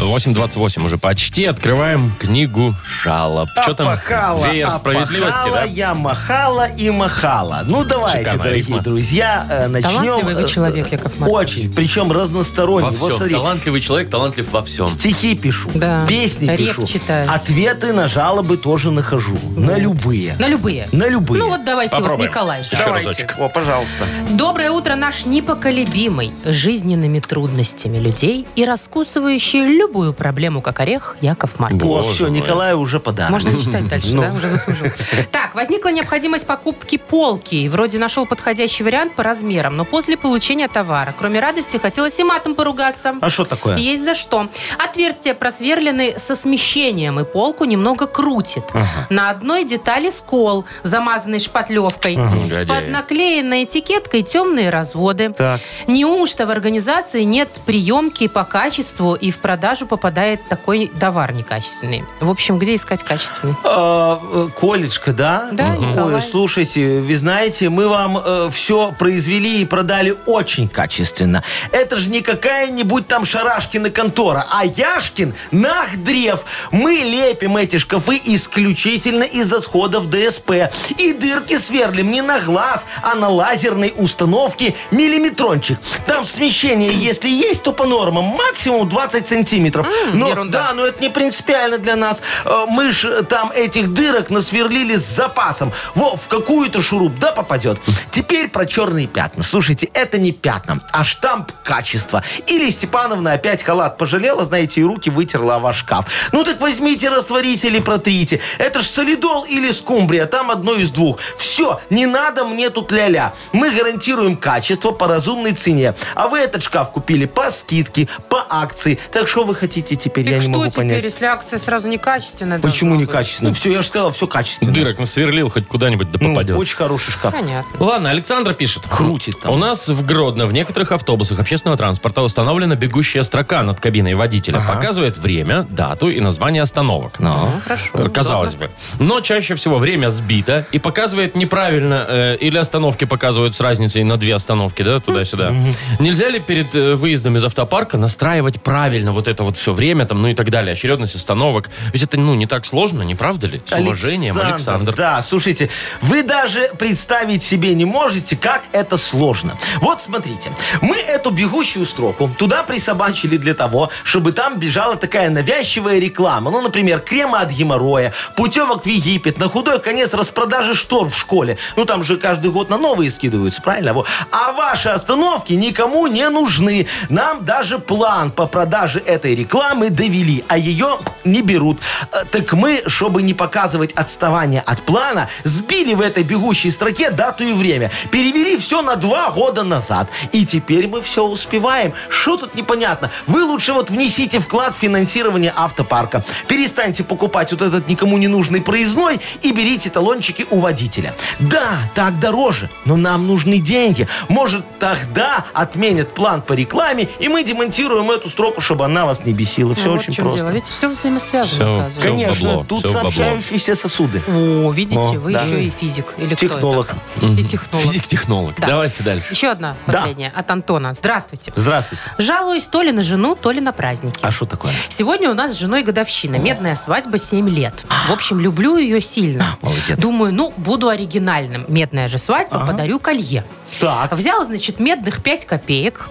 8.28 уже почти. Открываем книгу жалоб. Что там?
опахала,
Веер справедливости,
опахала
да?
я махала и махала. Ну, давайте,
Шикарная
дорогие
рифма.
друзья, э, начнем.
Талантливый вы
э,
человек, Яков Маркович.
Очень, причем разносторонний.
Во
вот
всем.
смотри,
Талантливый человек, талантлив во всем.
Стихи пишу,
Да.
песни
Реп
пишу,
читаете.
ответы на жалобы тоже нахожу. На любые.
На любые.
На любые.
Ну вот давайте,
Попробуем.
вот Николай. же.
Еще
Давайте.
разочек.
О, пожалуйста.
Доброе утро, наш непоколебимый, жизненными трудностями людей и раскусывающий любую такую проблему, как орех, Яков Маркович.
О,
Боже
все,
мой.
Николаю уже подарок.
Можно не читать дальше,
Ну.
да? Уже заслужил. Так, возникла необходимость покупки полки. И Вроде нашел подходящий вариант по размерам, но после получения товара, кроме радости, хотелось и матом поругаться.
А что такое?
Есть за что. Отверстия просверлены со смещением, и полку немного крутит. На одной детали скол, замазанный шпатлевкой.
Негодяи.
Под наклеенной этикеткой темные разводы.
Так.
Неужто в организации нет приемки по качеству, и в продажу попадает такой товар некачественный? В общем, где искать качественный?
А, э, Колечка, да?
Да,
Мгм.
Николай.
Ой, слушайте, вы знаете, мы вам все произвели и продали очень качественно. Это же не какая-нибудь там Шарашкина контора, а Яшкин Нахдрев. Мы лепим эти шкафы исключительно из отходов ДСП. И дырки сверлим не на глаз, а на лазерной установке миллиметрончик. Там смещение, если есть, то по нормам максимум 20 сантиметров. Но,
ерунда.
да, а, ну это не принципиально для нас. Э, Мы ж там этих дырок насверлили с запасом. Во, в какую-то шуруп, да, попадет. Теперь про черные пятна. Слушайте, это не пятна, а штамп качества. Или Степановна опять халат пожалела, знаете, и руки вытерла о ваш шкаф. Ну так возьмите растворитель и протрите. Это ж солидол или скумбрия, там одно из двух. Все, не надо мне тут ля-ля. Мы гарантируем качество по разумной цене. А вы этот шкаф купили по скидке, по акции. Так что вы хотите теперь?
Так
я не
что
могу
теперь,
понять.
если акция сразу некачественная?
Почему
должна быть?
некачественно? Все, Ну, я же сказал, все качественно.
Дырок насверлил, хоть куда-нибудь да
Ну,
попадет.
Очень Хм. хороший шкаф.
Понятно.
Ладно, Александр пишет.
Крутит там.
У нас в Гродно в некоторых автобусах общественного транспорта установлена бегущая строка над кабиной водителя. Показывает время, дату и название остановок.
Ну.
Хорошо.
Э, Казалось бы. Но чаще всего время сбито и показывает неправильно, э, или остановки показывают с разницей на две остановки, да, туда-сюда. Нельзя ли перед э, выездом из автопарка настраивать правильно вот это вот все время, там, ну и так далее, очередность остановок? Ведь это, ну, не так сложно, не правда ли? С уважением, Александр.
Да, слушайте, вы даже представить себе не можете, как это сложно. Вот смотрите, мы эту бегущую строку туда присобачили для того, чтобы там бежала такая навязчивая реклама. Ну, например, крема от геморроя, путевок в Египет, на худой конец распродажи штор в школе. Ну, там же каждый год на новые скидываются, правильно? Во. А ваши остановки никому не нужны. Нам даже план по продаже этой рекламы довели, а ее не берут. Э, Так мы, чтобы не показывать отставание от плана, сбили в этой бегущей строке дату и время. Перевели все на два года назад. И теперь мы все успеваем. Что тут непонятно? Вы лучше вот внесите вклад в финансирование автопарка. Перестаньте покупать вот этот никому не нужный проездной и берите талончики у водителя. Да, так дороже, но нам нужны деньги. Может, тогда отменят план по рекламе, и мы демонтируем эту строку, чтобы она вас не бесила. Все
Ну, вот
очень
в чем
просто.
дело. Ведь все взаимосвязано,
Всё,
оказывается.
всё.
Конечно,
бабло,
тут
всё в бабло.
сообщающиеся сосуды.
О, видите,
О,
вы
да.
еще и физик. Или кто это?
Технолог.
И технолог.
Физик-технолог.
Да.
Давайте дальше.
Еще одна,
Да.
последняя, от Антона. Здравствуйте.
Здравствуйте.
Жалуюсь то ли на жену, то ли на праздники.
А что такое?
Сегодня у нас с женой годовщина. Медная свадьба 7 лет. В общем, люблю ее сильно.
А, молодец.
Думаю, ну, буду оригинальным. Медная же свадьба, подарю колье.
Так.
Взял, значит, медных 5 копеек,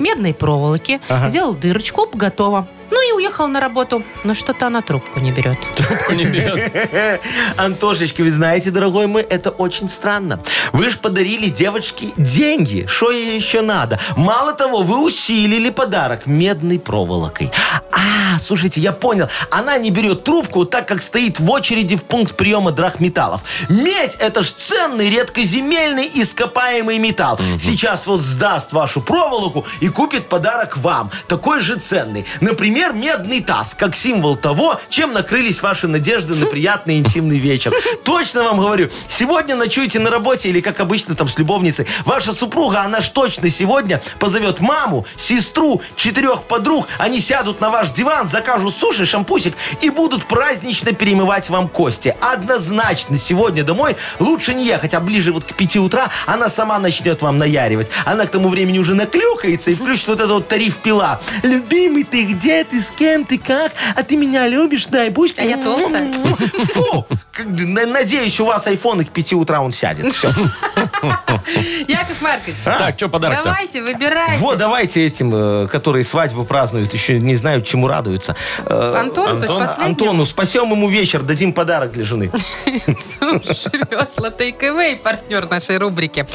медной проволоки, сделал дырочку, оп, готово. Ну и уехал на работу. Но что-то она трубку не берет.
Трубку не берет.
Антошечка, вы знаете, дорогой мой, это очень странно. Вы же подарили девочке деньги. Что ей еще надо? Мало того, вы усилили подарок медной проволокой. А, слушайте, я понял. Она не берет трубку, так как стоит в очереди в пункт приема драгметаллов. Медь – это ж ценный, редкоземельный, ископаемый металл. Сейчас вот сдаст вашу проволоку и купит подарок вам. Такой же ценный. Например, медный таз, как символ того, чем накрылись ваши надежды на приятный интимный вечер. Точно вам говорю, сегодня ночуете на работе или, как обычно, там с любовницей. Ваша супруга, она ж точно сегодня позовет маму, сестру, четырех подруг. Они сядут на ваш диван, закажут суши, шампусик и будут празднично перемывать вам кости. Однозначно сегодня домой лучше не ехать, а ближе вот к 5 утра она сама начнет вам наяривать. Она к тому времени уже наклюкается и включит вот этот вот тариф пила. Любимый, ты где, ты с кем, ты как, а ты меня любишь, дай будь.
А я толстая.
Фу! Как- на- Надеюсь, у вас айфон и к 5 утра он сядет. Все.
Яков Маркович,
Так, что подарок-то?
давайте, выбирайте.
Вот, давайте этим, э, которые свадьбу празднуют, еще не знают, чему радуются. Э,
Антону, то есть
Антон-
последнему?
Антону спасем ему вечер, дадим подарок для жены.
Суши весла Takeaway, партнер нашей рубрики.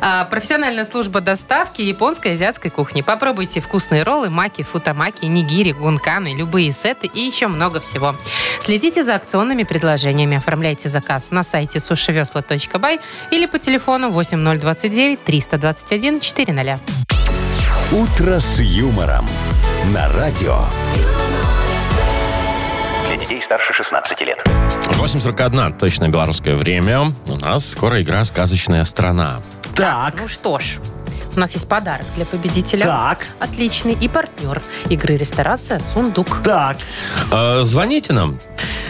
А, профессиональная служба доставки японской и азиатской кухни. Попробуйте вкусные роллы, маки, футамаки, нигири, гунканы, любые сеты и еще много всего. Следите за акционными предложениями. Оформляйте заказ на сайте сушивесла.бай или по телефону 8029 321 400.
«Утро с юмором» на радио.
Для детей старше 16 лет.
8.41, точное белорусское время. У нас скоро игра «Сказочная страна».
Так,
Ну что ж, у нас есть подарок для победителя.
так,
Отличный и партнер игры «Ресторация Сундук».
так,
Э, звоните нам.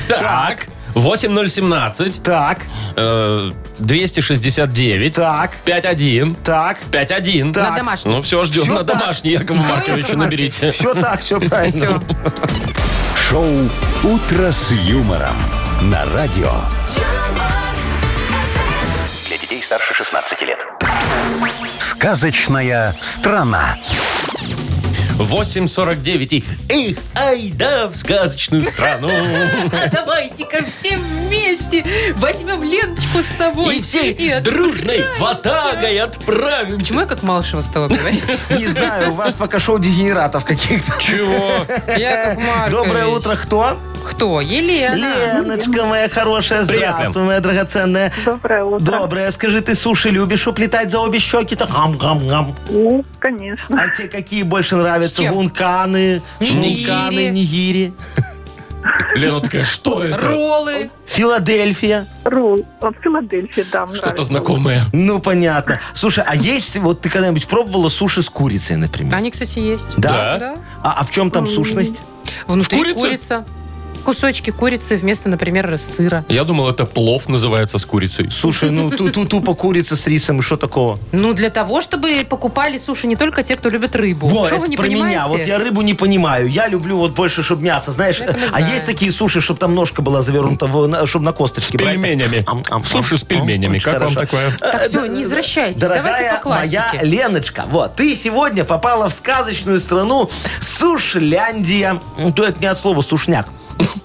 Так. 8017
так,
э, 269
так,
51
так.
51.
Так.
На домашний.
Ну все, ждем
Всё
на
так.
домашний, Якову Марковичу наберите.
Все так, все правильно.
Всё.
Шоу «Утро с юмором» на радио.
Для детей старше 16 лет.
«Сказочная страна».
8.49 и эх, ай да, в сказочную страну.
А Давайте-ка все вместе возьмем Леночку с собой.
И всей
от-
дружной ватагой отправимся.
Почему я как Малышева стала говорить?
Не знаю, у вас пока шоу дегенератов каких-то.
Чего?
Яков Маркович.
Доброе утро, кто?
Кто? Елена.
Леночка моя хорошая,
Привет, Лен.
здравствуй, моя драгоценная.
Доброе утро.
Доброе, скажи, ты суши любишь уплетать за обе щеки-то? Гам-гам-гам.
Ну, конечно.
А тебе какие больше нравятся?
С чем?
Гунканы,
Нигири.
гунканы, нигири,
Лена такая, что это?
Роллы.
Филадельфия.
Ру. Филадельфия, да, мне
Что-то
нравится.
знакомое.
Ну, понятно. Слушай, а есть, вот ты когда-нибудь пробовала суши с курицей, например?
Они, кстати, есть.
Да.
Да.
А, а в чем там сущность?
Внутри
курице?
курица. Кусочки курицы вместо, например, сыра.
Я думал, это плов называется с курицей.
Слушай, ну ту- ту- тупо курица с рисом, и что такого?
Ну, для того, чтобы покупали суши не только те, кто любит рыбу.
Во,
Что
это
вы не
про
понимаете?
меня. Вот я э, рыбу не понимаю. Я люблю вот больше, чтобы мясо, знаешь.
Это мы
А
знаем.
есть такие суши, чтобы там ножка была завернута, чтобы на косточке.
С пельменями. Суши с пельменями. Как вам такое?
Так, все, не извращайтесь. Давайте
Э, Дорогая
по классике.
моя Леночка, вот, ты сегодня попала в сказочную страну Сушляндия. Ну, То это не от слова сушняк.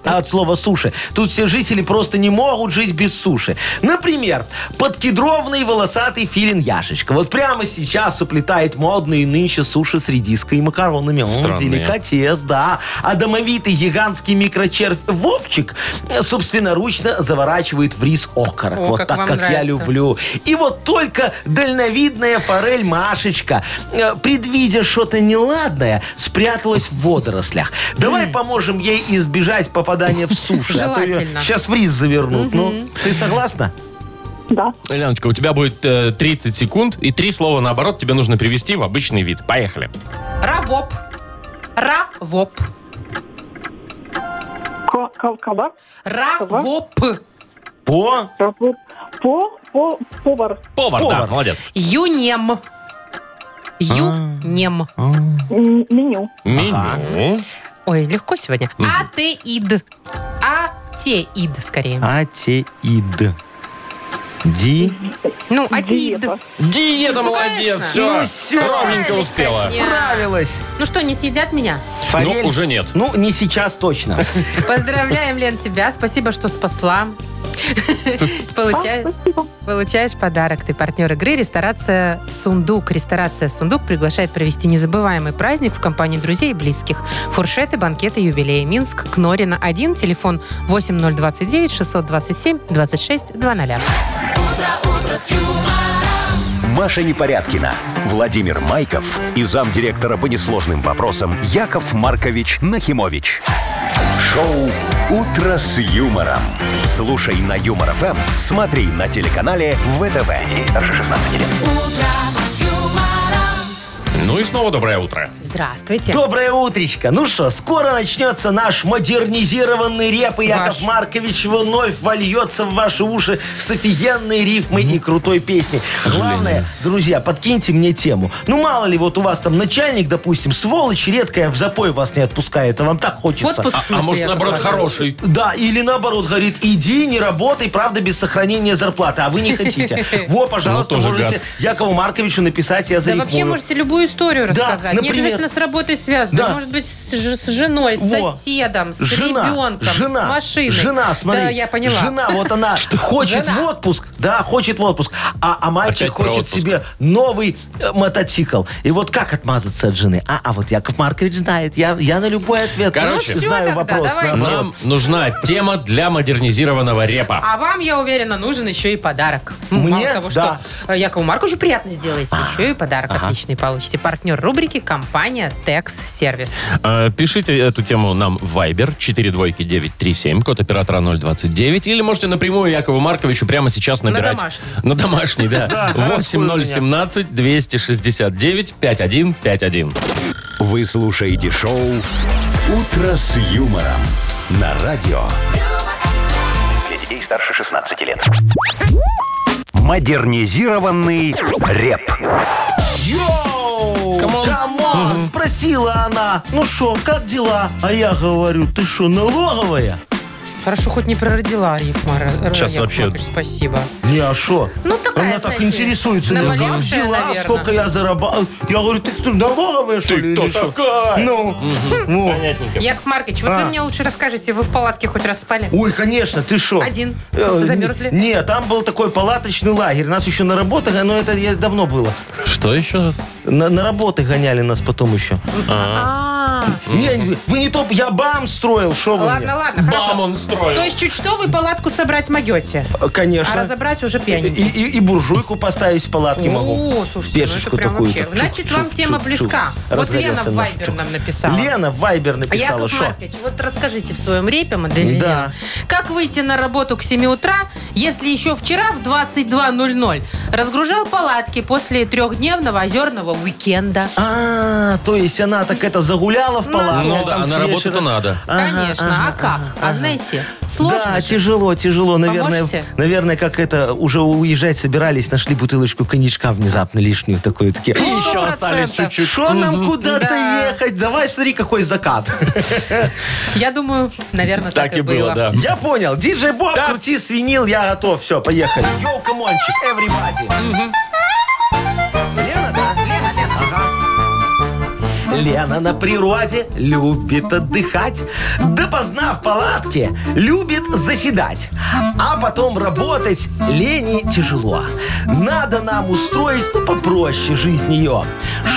А от слова суши. Тут все жители просто не могут жить без суши. Например, подкедровный волосатый филин Яшечка. Вот прямо сейчас уплетает модные нынче суши с редиской и макаронами. М,
Странные.
деликатес, да. А домовитый гигантский микрочервь Вовчик э, собственноручно заворачивает в рис окорок.
О,
вот
как
так,
вам
как я
нравится.
люблю. Лю. И вот только дальновидная форель Машечка, э, предвидя что-то неладное, спряталась в водорослях. Давай поможем ей избежать попадания в суши. А то
Желательно.
сейчас в рис завернут. Ну, ты согласна?
Да.
Леночка, у тебя будет э, 30 секунд, и три слова наоборот тебе нужно привести в обычный вид. Поехали.
Равоп. Равоп.
Ко- кол- Кабак.
Равоп.
По
Работ. А По, по, повар.
Повар, да,
Повар.
молодец.
А.
Юнем. Юнем.
М, Меню.
Меню.
Ой, легко сегодня. Атеид. Атеид, скорее.
А. атеид. Ди.
Ну, атеид.
Диета.
Диета,
Ну,
молодец,
конечно.
все.
Ну, всё.
Ровненько успела.
Справилась.
Ну что, не съедят меня?
Ну,
Форель.
уже нет.
Ну, не сейчас точно.
Поздравляем, Лен, тебя. Спасибо, что спасла. Получай- Получаешь подарок. Ты партнер игры «Ресторация Сундук». «Ресторация Сундук» приглашает провести незабываемый праздник в компании друзей и близких. Фуршеты, банкеты, юбилеи. Минск, Кнорина, 1, телефон 8029-627-2600.
Маша Непорядкина, Владимир Майков и замдиректора по несложным вопросам Яков Маркович Нахимович. Шоу «Утро с юмором». Слушай на Юмор ФМ, смотри на телеканале ВТВ. Ей старше 16 лет.
Ну и снова доброе утро.
С Здравствуйте.
Доброе утречко. Ну что, скоро начнется наш модернизированный реп, и
Ваш.
Яков Маркович вновь вольется в ваши уши с офигенной рифмой и крутой песней.
сожалению.
Главное, друзья, подкиньте мне тему. Ну, мало ли, вот у вас там начальник, допустим, сволочь редкая в запой вас не отпускает, а вам так
В
хочется.
отпуск,
А, а
в смысле,
может,
Яков
наоборот,
Маркович?
хороший.
Да, или наоборот, говорит, иди, не работай, правда, без сохранения зарплаты, а вы не хотите. Во, пожалуйста,
Ну, тоже гад.
можете Якову Марковичу написать, я
Да
зарифмую.
вообще можете любую историю рассказать. Не обязательно с работой связано.
Да.
Может быть, с, ж- с женой, с
Во.
соседом, с
Жена,
ребенком,
жена,
с машиной.
Жена, смотри.
Да, я поняла.
Жена, вот она хочет
Жена.
в отпуск. Да, хочет в отпуск. А, а мальчик
Опять про
хочет
отпуск.
себе новый э, мотоцикл. И вот как отмазаться от жены? А, а вот Яков Маркович знает. Я, я на любой ответ
Короче.
Ну всё
знаю
тогда,
вопрос.
давайте.
наоборот.
Нам нужна тема для модернизированного репа.
А вам, я уверена, нужен еще и подарок. Ну,
Мне?
Мало того, что
Да.
э, Якову Марковичу приятно сделаете, еще и подарок отличный получите. Партнер рубрики компания Текс Сервис.
Э, Пишите эту тему нам в Viber 42937, код оператора 029, или можете напрямую Якову Марковичу прямо сейчас набирать.
домашний.
На домашний, да. 8017-269-5151.
Вы слушаете шоу «Утро с юмором» на радио.
Для детей старше 16 лет.
Модернизированный реп.
Йоу!
Камон.
Камон! Спросила она. Ну что, как дела? А я говорю, ты что, налоговая?
Хорошо, хоть не прородила Рифмара.
Сейчас вообще-
спасибо.
Не, а что?
Ну, такая,
Она так
знаете,
интересуется. меня, Как
навалявшая,
дела?
наверное.
Сколько я зарабатываю? Я говорю, ты кто, налоговая, что ли?
кто
или что?»
такая?
Ну, вот.
Понятненько.
Яков Маркович, вот
А.
вы мне лучше расскажете, вы в палатке хоть раз спали?
Ой, конечно, ты шо?
Один.
Э,
Замерзли?
Не, не, там был такой палаточный лагерь. Нас еще на работы, но это я- давно было.
Что еще раз?
На, на работы гоняли нас потом еще.
А.
Не, вы не то, я бам строил, что вы
Ладно, ладно,
Бам
хорошо.
он строил.
То есть чуть что вы палатку собрать могете,
ладно.
а
Э, Конечно.
разобрать уже
И,
пьяненько.
и- и буржуйку поставить в палатке могу.
О, слушайте, ну это
Першечку
прям
такую,
вообще.
так,
Значит,
чук,
вам
чук,
тема
чук,
близка.
чук.
Вот Лена
Разгорелся
в
наш,
Вайбер
чук.
нам написала.
Лена в Вайбер
А
написала,
Яков
что?
Маркович, вот расскажите в своем репе модернизируем.
Да.
Как выйти на работу к 7 утра, если еще вчера в 22.00 разгружал палатки после трехдневного озерного уикенда?
А, то есть она так это загуляла в палатке.
Ну да,
там
а
с
на работу-то
вечера.
надо.
Ага,
Конечно, а
ага,
как?
ага,
а
ага.
знаете, сложно
да,
же.
тяжело, тяжело. Наверное,
Поможете?
наверное, как это, уже уезжать собирались, нашли бутылочку коньячка внезапно лишнюю такую. Такие,
И еще
100%.
остались чуть-чуть.
что нам куда-то
Да.
ехать? Давай, смотри, какой закат.
Я думаю, наверное, так,
Так и было, да.
Я понял. Диджей Боб,
Да.
крути свинил, я готов. Все, поехали. Йоу, камончик, everybody. Лена, да?
Лена, Лена.
Лена на природе любит отдыхать, допоздна в палатке любит заседать, а потом работать лени тяжело. Надо нам устроить, ну, попроще жизнь ее,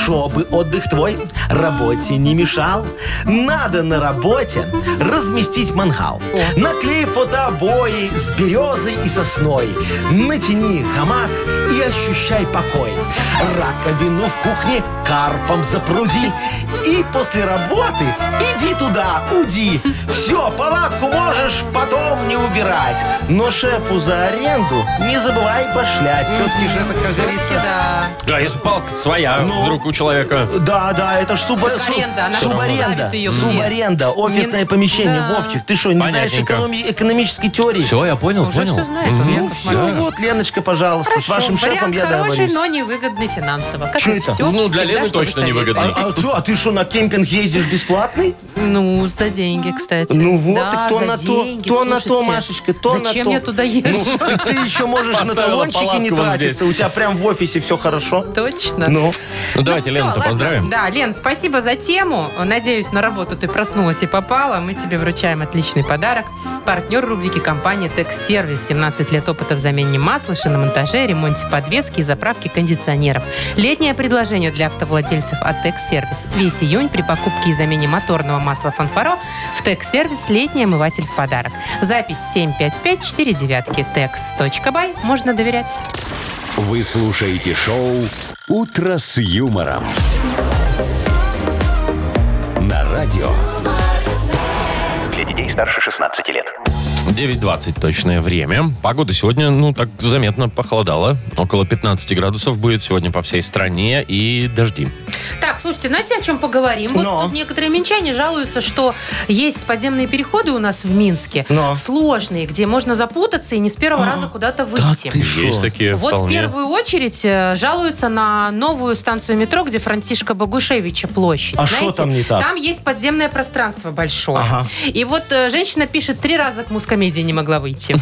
чтобы отдых твой работе не мешал. Надо на работе разместить мангал, наклей фотообои с березой и сосной, натяни гамак и ощущай покой. Раковину в кухне карпом запруди. И после работы иди туда, уди. Все, палатку можешь потом не убирать. Но шефу за аренду не забывай пошлять. Все-таки же это, как говорится...
Да.
Да, А, если палка своя
Ну.
вдруг у человека.
Да, да, это ж суба-
Так
су-
аренда, она же
субаренда.
ставит ее где?
Субаренда, офисное
Не-
помещение.
Да.
Вовчик, ты что, не знаешь
Понятненько.
экономи- экономической теории?
Все, я понял,
Уже
понял.
все знает он,
Мгм.
Ну
Яков
все,
Маркович.
вот, Леночка, пожалуйста, с вашим
Хорошо,
шефом я
вариант хороший,
договорюсь.
но невыгодный финансово. Как
Чё
и
это?
всё,
Ну, для
всегда,
Лены
что вы
точно
советуете.
невыгодно.
А, а чё, а ты что, на кемпинг ездишь бесплатный?
Ну, за деньги, кстати.
Ну вот,
Да,
и кто
за
на то,
деньги,
то на то,
слушайте.
Машечка, то на то.
Зачем я туда
Ну,
езжу?
так ты еще можешь на
Поставила
талончики не
палатку вот
тратиться. У тебя прям в офисе все хорошо.
Точно.
Ну,
Ну давайте
Ну, всё,
Лену-то
ладно.
поздравим.
Да, Лен, спасибо за тему. Надеюсь, на работу ты проснулась и попала. Мы тебе вручаем отличный подарок. Партнер рубрики компании «Текс-сервис». 17 лет опыта в замене масла, шиномонтаже, ремонте подвески и заправке кондиционеров. Летнее предложение для автовладельцев от «Текс-сервис». Весь июнь при покупке и замене моторного масла «Фанфаро» в «Текс-сервис» летний омыватель в подарок. Запись 75549 tex.by. Можно доверять.
Вы слушаете шоу «Утро с юмором». На радио.
Для детей старше 16 лет.
9.20 точное время. Погода сегодня, ну, так заметно похолодала. Около 15 градусов будет сегодня по всей стране и дожди.
Так, слушайте, знаете, о чем поговорим? Вот
Но.
тут некоторые минчане жалуются, что есть подземные переходы у нас в Минске.
Но. А,
Сложные, где можно запутаться и не с первого раза куда-то выйти.
Есть такие
Вот в
Э, вполне.
первую очередь э, жалуются на новую станцию метро, где Франтишка Богушевича площадь.
А
Знаете,
шо там не так?
Там есть подземное пространство большое.
Ага.
И вот э, женщина пишет, три раза к мускомедии не могла выйти.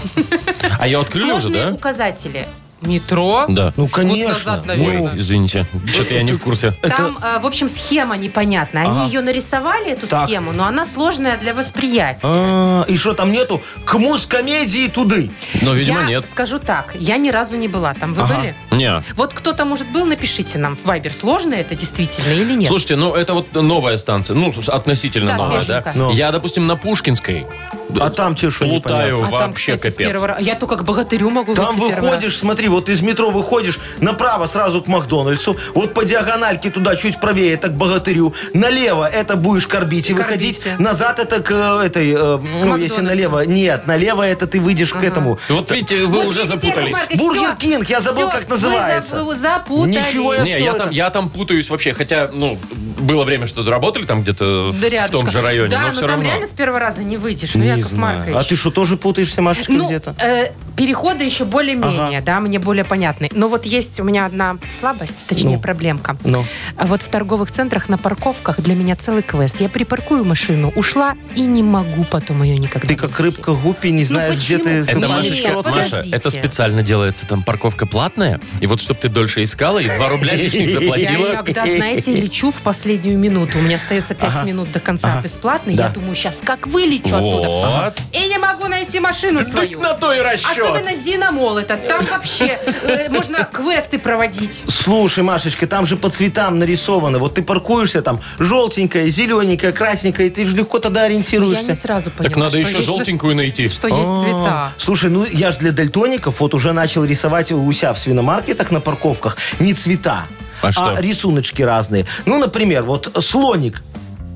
А я открыл уже,
Сложные
да?
указатели. Метро.
Да.
Ну,
назад,
конечно.
наверное.
Ой,
Ну,
извините, что-то я не в курсе.
Там, э, в общем, схема непонятная. Они
Ага.
ее нарисовали, эту
Так.
схему, но она сложная для восприятия.
а, и что там нету? К муз-комедии туды.
Но, А, видимо,
я
нет.
скажу так, я ни разу не была там. Вы
Ага.
были?
Не.
Вот кто-то, может, был, напишите нам в Вайбер, сложно это действительно или нет.
Слушайте, ну это вот новая станция, ну с- относительно
Да,
новая, да?
свеженькая. Ну.
Я, допустим, на Пушкинской
А там тебе что непонятно?
плутаю
А там,
вообще
кстати, с
капец.
первого ра- Я только к богатырю могу
Там
выйти первый раз.
выходишь, смотри, вот из метро выходишь направо сразу к Макдональдсу, вот по диагональке туда чуть правее, это к Богатырю, налево это будешь к орбите
К
выходить,
орбите.
назад это к э, этой, э, ну если
Макдональдсу.
налево, нет, налево это ты выйдешь к этому.
Вот видите, вы
Вот
уже
видите,
запутались.
Яков Маркович,
Бургер
всё,
Кинг, я забыл,
всё,
как называется.
Вы заб- запутались.
Ничего я-
Не,
всё
я
это.
там, я там путаюсь вообще, хотя, ну, было время, что работали там где-то в-
Да
в том
рядышком.
же районе,
Да,
но
но,
все
там
равно.
реально с первого раза не выйдешь. Ну, Яков Маркович.
А ты что, тоже путаешься, Машечка,
Ну,
где-то?
э, переходы еще более-менее, да, мне более понятны. Но вот есть у меня одна слабость, точнее
Ну.
проблемка.
Ну.
А Вот в торговых центрах на парковках для меня целый квест. Я припаркую машину, ушла и не могу потом ее никогда
Ты как
найти.
рыбка гупи, не знаешь, где
Ну, почему? Это
ты...
Это,
Нет,
Машечка,
вот
подожди.
Маша,
подождите.
это специально делается. Там парковка платная, и вот чтобы ты дольше искала, и 2 рубля лишних
Я
заплатила.
иногда, знаете, лечу в последнюю минуту. У меня остается 5 минут до конца бесплатно. Я
Да.
думаю, сейчас как вылечу оттуда.
Вот.
И не могу найти машину
Так
свою.
на то и расчет.
Особенно Зиномол этот. Там вообще э, можно квесты проводить.
Слушай, Машечка, там же по цветам нарисовано. Вот ты паркуешься там желтенькая, зелененькая, красненькая, и ты же легко тогда
Ну, Я не
ориентируешься.
сразу поняла,
Так надо
что
еще
есть-
желтенькую найти.
Что есть цвета.
Слушай, ну я же для дальтоников вот уже начал рисовать у себя в свиномаркетах на парковках не цвета,
А что?
рисуночки разные. Ну, например, вот слоник.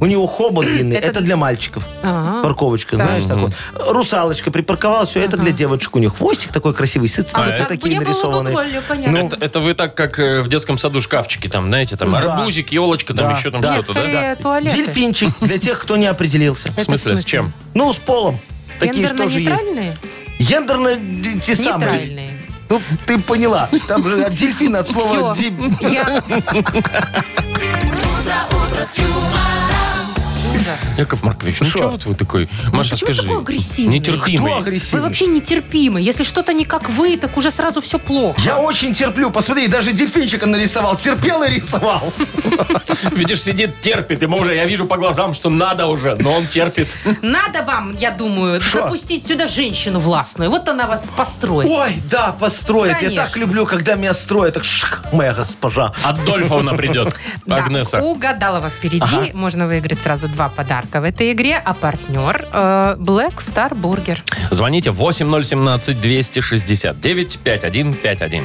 У него хобот длинный, это,
Это-
для мальчиков.
Ага.
Парковочка,
Так.
знаешь, так вот. Русалочка припарковалась, все это для девочек. У них хвостик такой красивый, сыц,
А,
цвета
так
такие
мне было бы
нарисованные.
более понятно.
Ну,
Это, это вы так, как э, в детском саду шкафчики, там, знаете, там
Да.
арбузик, елочка, там
Да,
еще там
да.
Нет,
что-то, да?
скорее туалеты.
Дельфинчик для тех, кто не определился.
В смысле, с чем?
Ну, с полом. Такие же тоже есть.
Гендерно-нейтральные?
Гендерно д- те самые.
Нейтральные.
Ну, ты поняла. Там же от дельфина, от слова
Всё.
ди-
Я- Ужас.
Яков Маркович, ну
Шо?
что вот вы такой? Маша,
Ну почему
скажи.
такой агрессивный?
Нетерпимый.
Вы
Кто агрессивный?
вообще нетерпимы. Если что-то не как вы, так уже сразу все плохо.
Я очень терплю. Посмотри, даже дельфинчика нарисовал. Терпел и рисовал.
Видишь, сидит, терпит. Ему уже, я вижу по глазам, что надо уже, но он терпит.
Надо вам, я думаю, запустить сюда женщину властную. Вот она вас построит.
Ой, да, построить. Я
Конечно. А,
так люблю, когда меня строят. Так шх, моя госпожа.
Адольфовна придет.
Да,
Агнеса.
у Гадалова впереди. Можно выиграть сразу два подарка в этой игре. А партнер э, Black Star Burger.
Звоните 8017-269-5151.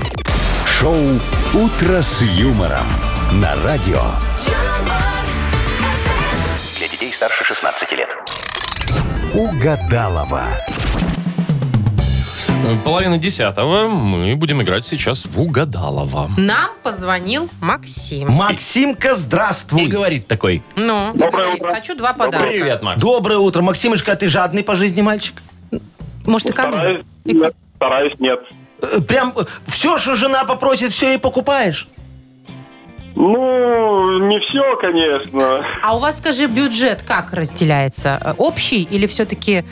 Шоу «Утро с юмором» на радио.
Для детей старше 16 лет.
Угадалова.
Половина десятого мы будем играть сейчас в Угадалова.
Нам позвонил Максим.
Максимка,
И
здравствуй.
говорит такой.
Ну,
Доброе
говорит,
утро.
хочу два подарка.
Привет, Макс.
Доброе утро. Максимочка, а ты жадный по жизни мальчик?
Может, экономить?
Стараюсь, нет, стараюсь, нет.
Э, Прям все, что жена попросит, все и покупаешь?
Ну, не все, конечно.
А у вас, скажи, бюджет как разделяется? Э, Общий или все-таки,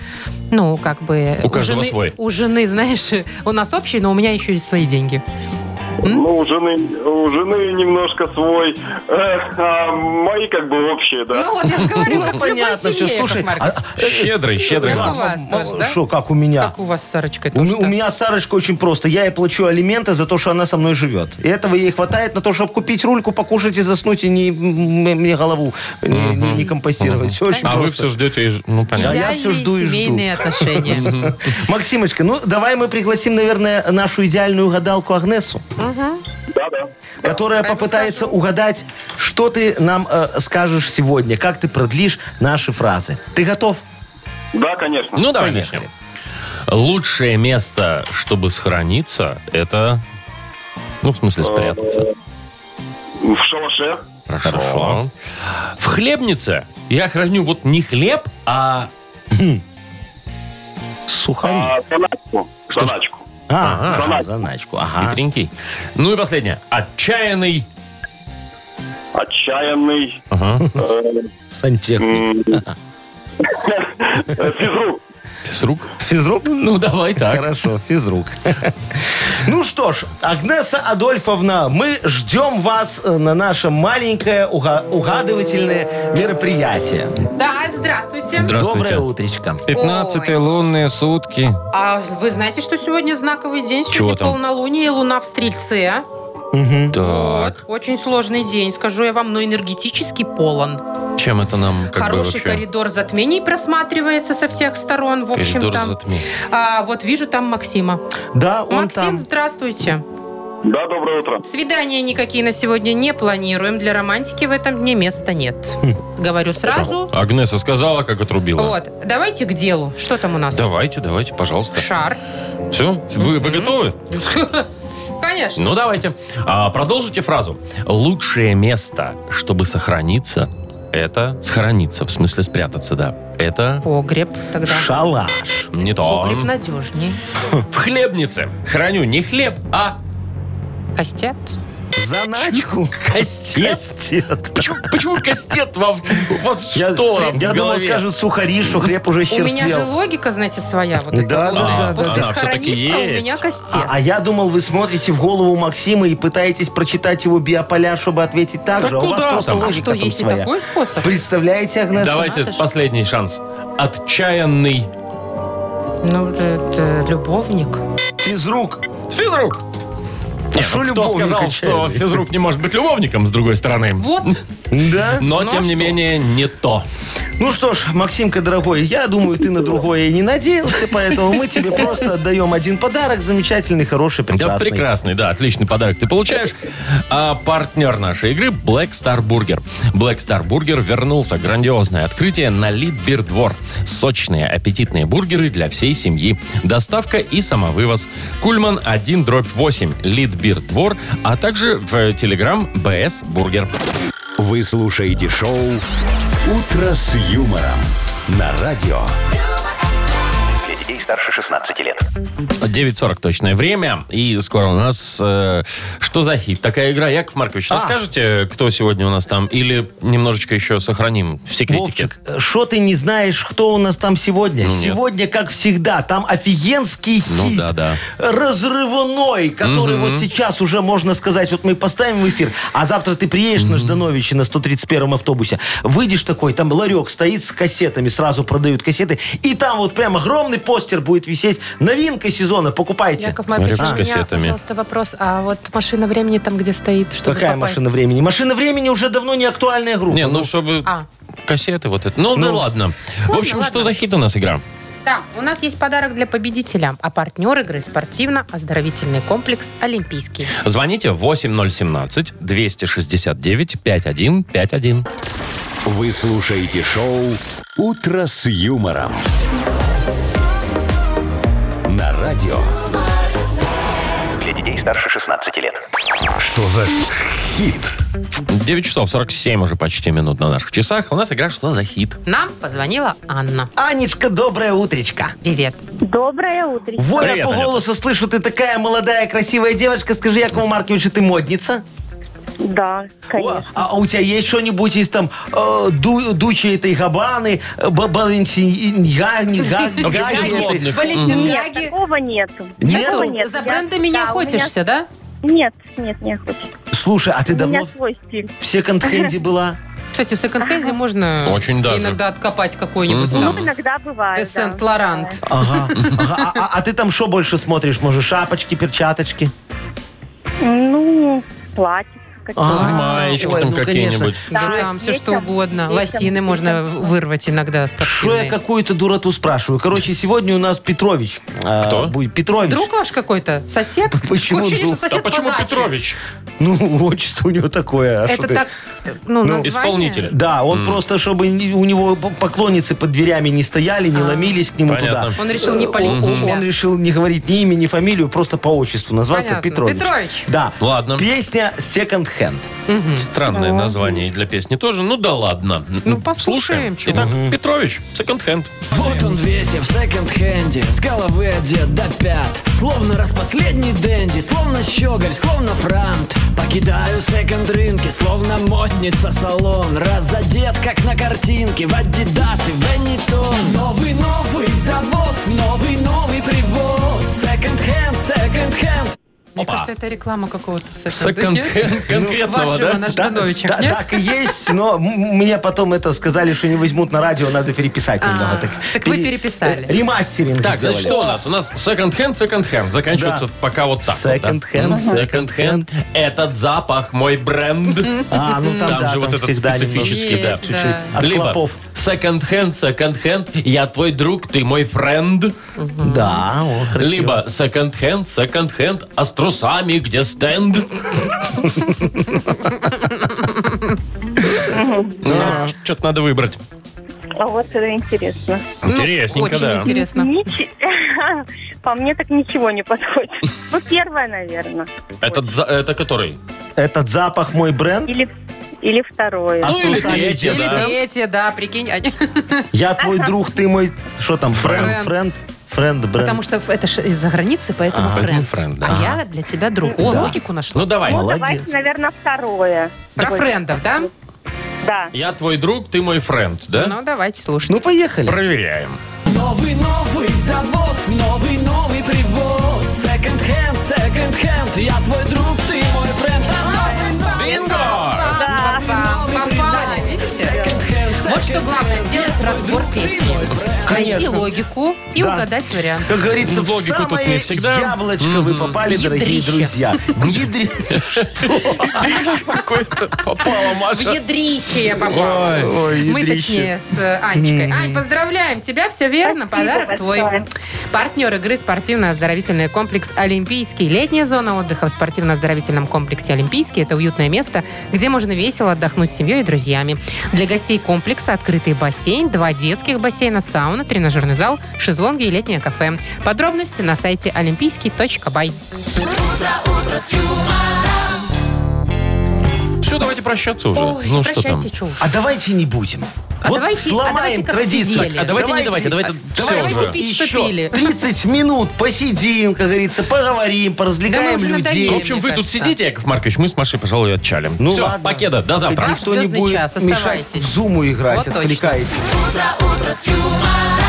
ну, как бы...
У каждого
жены-
свой.
У жены, знаешь, у нас общий, но у меня еще и свои деньги.
Ну, у жены, у жены немножко свой, э, а мои как бы общие, да.
Ну, вот я же говорила,
Ну,
в любой
понятно все.
семье, Яков
Слушай,
Маркович.
а- а, э,
Щедрый, щедрый
Как у
Макс.
вас тоже, да?
Что, как у меня?
Как у вас с Сарочкой
У,
тоже
м- у
так?
меня Сарочка очень просто. Я ей плачу алименты за то, что она со мной живет. И этого ей хватает на то, чтобы купить рульку, покушать и заснуть, и не, м- м- мне голову не, не- не компостировать. Всё очень
А вы
просто.
все ждете, и ж- ну понятно.
Да, я
Идеальные
всё жду и жду.
семейные отношения.
Максимочка, ну давай мы пригласим, наверное, нашу идеальную гадалку Агнесу,
Ну.
Да-да.
которая попытается угадать, что ты нам э, скажешь сегодня, как ты продлишь наши фразы. Ты готов?
Да, конечно.
Ну, давай начнем. Лучшее место, чтобы схорониться, это... Ну, в смысле, спрятаться.
В шалаше.
Хорошо. В хлебнице я храню вот не хлеб, а...
Сухари.
А, заначку.
Что ж-
Заначку.
А,
ага.
заначку.
А.
Ага.
хитренький. Ну и последнее. Отчаянный...
Отчаянный.
Ага.
э,
Сантехник.
м, э, Физрук.
С рук.
Физрук?
Ну, давай так.
Хорошо, физрук. Ну что ж, Агнеса Адольфовна, мы ждем вас э, на наше маленькое уга- угадывательное мероприятие.
Да, здравствуйте.
Доброе
Здравствуйте.
утречко.
15 лунные сутки.
А вы знаете, что сегодня знаковый день?
Чего
Сегодня
там?
полнолуние и луна в Стрельце.
Так,
Очень сложный день, скажу я вам, но энергетически полон.
чем это нам как бы
Хороший
вообще?
коридор затмений просматривается со всех сторон, в
Коридор
общем-то.
затмений.
А, вот вижу там Максима.
Да, он
Максим,
там.
здравствуйте.
Да, доброе утро.
Свидания никакие на сегодня не планируем. Для романтики в этом дне места нет.
Хм.
Говорю сразу.
Агнеса сказала, как отрубила.
Вот, давайте к делу. Что там у нас?
Давайте, давайте, пожалуйста.
Шар.
Все? Вы, вы готовы?
Конечно.
Ну, давайте. А, продолжите фразу. Лучшее место, чтобы сохраниться, это схорониться. В смысле спрятаться, да. Это
Погреб тогда.
Шалаш.
не то.
Погреб надежней.
В хлебнице храню не хлеб, а
Костят.
Заначку.
костец.
Кастет.
Почему, почему костет во- у вас
Я,
что там в
я думал,
голове?
скажут сухари, что хлеб уже
У меня же
щерствел.
логика, знаете, своя. Вот эта
Да,
вот.
да, да,
После
да. Она все-таки
схорониться у
есть.
меня костет.
А, а я думал, вы смотрите в голову Максима и пытаетесь прочитать его биополя, чтобы ответить так
Да
же. а у вас
куда
просто
там?
А
логика
что,
там
есть и
своя.
такой способ?
Представляете, Агнеса?
Давайте
надо же.
последний шанс. Отчаянный
Ну, это любовник.
Физрук.
физрук. Не,
шо
ну кто
любовник
сказал, что
отчаянный?
физрук не может быть любовником, с другой стороны?
Вот,
Да?
Но,
Ну, а
тем не
что?
менее, не то.
Ну что ж, Максимка, дорогой, я думаю, ты на другое и не надеялся, поэтому мы тебе просто отдаем один подарок замечательный, хороший,
Да,
прекрасный.
прекрасный, да, отличный подарок ты получаешь. А партнер нашей игры Black Star Burger. Black Star Burger вернулся. Грандиозное открытие на Литбирдвор. Сочные, аппетитные бургеры для всей семьи. Доставка и самовывоз. Кульман 1 дробь 8, Литбирдвор, а также в Телеграм БС Бургер.
Вы слушаете шоу «Утро с юмором» на радио.
Для детей старше 16 лет.
9.40 точное время. И скоро у нас э, «Что за хит?» Такая игра. Яков
А.
Маркович, расскажете, кто сегодня у нас там? Или немножечко еще сохраним в секретике?
Вовчик, что ты не знаешь, кто у нас там сегодня? сегодня, как всегда, там офигенский хит.
Ну да, да.
Разрывной, который вот сейчас уже, можно сказать, вот мы поставим в эфир, а завтра ты приедешь на Ждановича на 131-м автобусе, выйдешь такой, там ларек стоит с кассетами, сразу продают кассеты, и там вот прям огромный постер будет висеть. Новинка сезона, покупайте.
Яков Маркович,
Рыбка с
у меня,
кассетами.
пожалуйста, вопрос. А вот машина времени там, где стоит, чтобы
Какая
попасть?
машина времени? Машина времени уже давно не актуальная группа.
Не, ну чтобы
А.
кассеты вот это. Ну, да ладно. В
Ладно,
общем,
ладно.
что за хит у нас игра?
Да, у нас есть подарок для победителя, а партнер игры спортивно-оздоровительный комплекс «Олимпийский».
Звоните 8017-269-5151.
Вы слушаете шоу «Утро с юмором» на радио.
Для детей старше 16 лет.
Что за хит?
9 часов 47 уже почти минут на наших часах. У нас игра «Что за хит?»
Нам позвонила Анна.
Анечка, доброе утречко.
Привет.
Доброе утро.
Во, я
Привет,
по
Анюта.
голосу слышу, ты такая молодая, красивая девочка. Скажи, Якову Марковичу, ты модница?
Да,
О,
конечно.
а у тебя есть что-нибудь из там э, ду- дучи этой габаны, э, ба- баленсинья, нига-
В общем, из
нига- этой?
модных.
Нет,
Валентиняги.
такого нету.
Нету?
Такого нет.
За
Я-
брендами не
да, у меня-
охотишься, да?
Нет, нет, не охочусь.
Слушай, а ты
У меня
давно
свой стиль.
в секонд-хенде была?
Кстати, в секонд-хенде можно
Очень даже.
иногда откопать какой-нибудь
Мгм.
Ну,
там
иногда бывает. да.
Сент-Лорант.
Ага. ага. А, а- а ты там что больше смотришь? Может, шапочки, перчаточки?
Ну, платье.
А,
Маечки
ой,
там
ну,
какие-нибудь.
Да,
Да,
там все
есть
что
там,
угодно.
есть
Лосины
там,
можно
есть там.
вырвать иногда
Что я
спортивные.
какую-то дуроту спрашиваю? Короче, сегодня у нас Петрович. э,
Кто?
Будет Петрович.
Друг ваш какой-то? Сосед?
Почему
Такое ощущение,
друг?
что сосед
а почему
по даче.
Петрович?
Ну, отчество у него такое. а что
Это
ты?
так э, ну, название?
Исполнителя.
Да, он просто, чтобы не- у него п- поклонницы под дверями не стояли, не ломились к нему
Понятно.
туда.
Он А. решил не палить
Он,
себя.
он решил не говорить ни имя, ни фамилию, просто по отчеству назваться
Понятно.
Петрович.
Петрович.
Да.
Ладно.
Песня Second Hand.
Странное название для песни тоже. Ну да ладно.
Ну, послушаем, чего.
Итак, Петрович, секонд-хенд.
Вот он весь я в секонд-хенде С головы одет до пят Словно распоследний денди Словно щеголь, словно франт Покидаю секонд-рынки Словно модница салон Разодет, как на картинке В адидас и в Бенетон Новый-новый завоз Новый-новый привоз Секонд-хенд, секонд-хенд
Мне
Опа.
кажется, это реклама какого-то
Секонд-хенд конкретного,
Ну, Вашего,
да?
наш Дановича,
да,
нет?
так и есть, но м- мне потом это сказали, что не возьмут на радио, надо переписать
А,
немного.
так вы переписали.
э, Ремастеринг
Так, значит,
сделали.
что у нас? У нас секонд-хенд, секонд-хенд. Заканчивается
Да.
пока вот так. вот, да.
Секонд-хенд,
Мгм.
секонд-хенд.
Секонд-хенд. Этот запах мой бренд.
А, ну там,
Там
да,
же
там
вот этот
всегда немного.
специфический, да.
Есть, да. Чуть-чуть.
От
Либо
клопов.
секонд-хенд, секонд-хенд, я твой друг, ты мой френд.
Да, о, красиво.
Либо секонд-хенд, секонд-хенд, а с трусами где стенд? Что-то Ну, надо выбрать.
А вот это интересно.
Ну,
Интересненько,
Очень
да.
интересно.
Нич- По мне так ничего не подходит. Ну, первое, наверное.
Этот за- Это который?
Этот запах мой бренд.
Или, или второе.
А
Ну,
с
или
трусами
третье,
где
Или
да.
третье, да, прикинь. они- А
Я твой друг, ты мой... Что там? Френд,
Френд.
френд, френд, бренд.
Потому что это ж из-за границы, поэтому
поэтому
френд.
френд, да.
А я для тебя друг. О,
Да.
логику нашла.
Ну давай.
Ну,
Давайте,
Молодец.
наверное, второе.
Про френдов, да?
Да.
Я твой друг, ты мой френд, да?
Ну, давайте
Ну,
слушать.
поехали.
Проверяем.
Новый-новый завоз, новый-новый привоз Секонд-хенд, секонд-хенд Я твой друг, ты мой френд
Бинго!
Пам, пам, пам, пам. Видите? Вот что главное, сделать разбор песни. Найти
Конечно.
логику и
Да.
угадать вариант.
Как говорится, в
Логику тут
самое
не всегда.
яблочко вы попали, дорогие
Ядрище.
друзья. Ядри-
Какой-то попала
В
Маша.
ядрище я попала.
Ой.
Ой,
Мы,
ядрище.
точнее, с э, Анечкой. Ань, поздравляем тебя, все верно,
Спасибо
подарок твой.
большое.
Партнер игры спортивно-оздоровительный комплекс «Олимпийский». Летняя зона отдыха в спортивно-оздоровительном комплексе «Олимпийский» – это уютное место, где можно весело отдохнуть с семьей и друзьями. Для гостей комплекса открытый бассейн, два детских бассейна, сауна, тренажерный зал, шезлонги и летнее кафе. Подробности на сайте олимпийский.бай.
Все, давайте прощаться уже. Ну что там?
прощайте, чушь.
А давайте не будем.
А давайте-
вот
а давайте
сломаем
как
традицию.
сидели. Так, а
давайте не давайте, давайте
давайте
всё уже.
Пить, что
еще
пили.
30 минут посидим, как говорится, поговорим, поразвлекаем
Да мы уже
людей.
В
надоели.
общем,
мне
вы тут
кажется.
сидите, Яков Маркович, мы с Машей, пожалуй, отчалим.
Ну
Все,
ладно.
покеда, до завтра.
Да.
Никто не
Звездный
будет
час,
мешать
оставайтесь.
в зуму играть,
Вот точно.
отвлекаете.
Утро, утро с юмором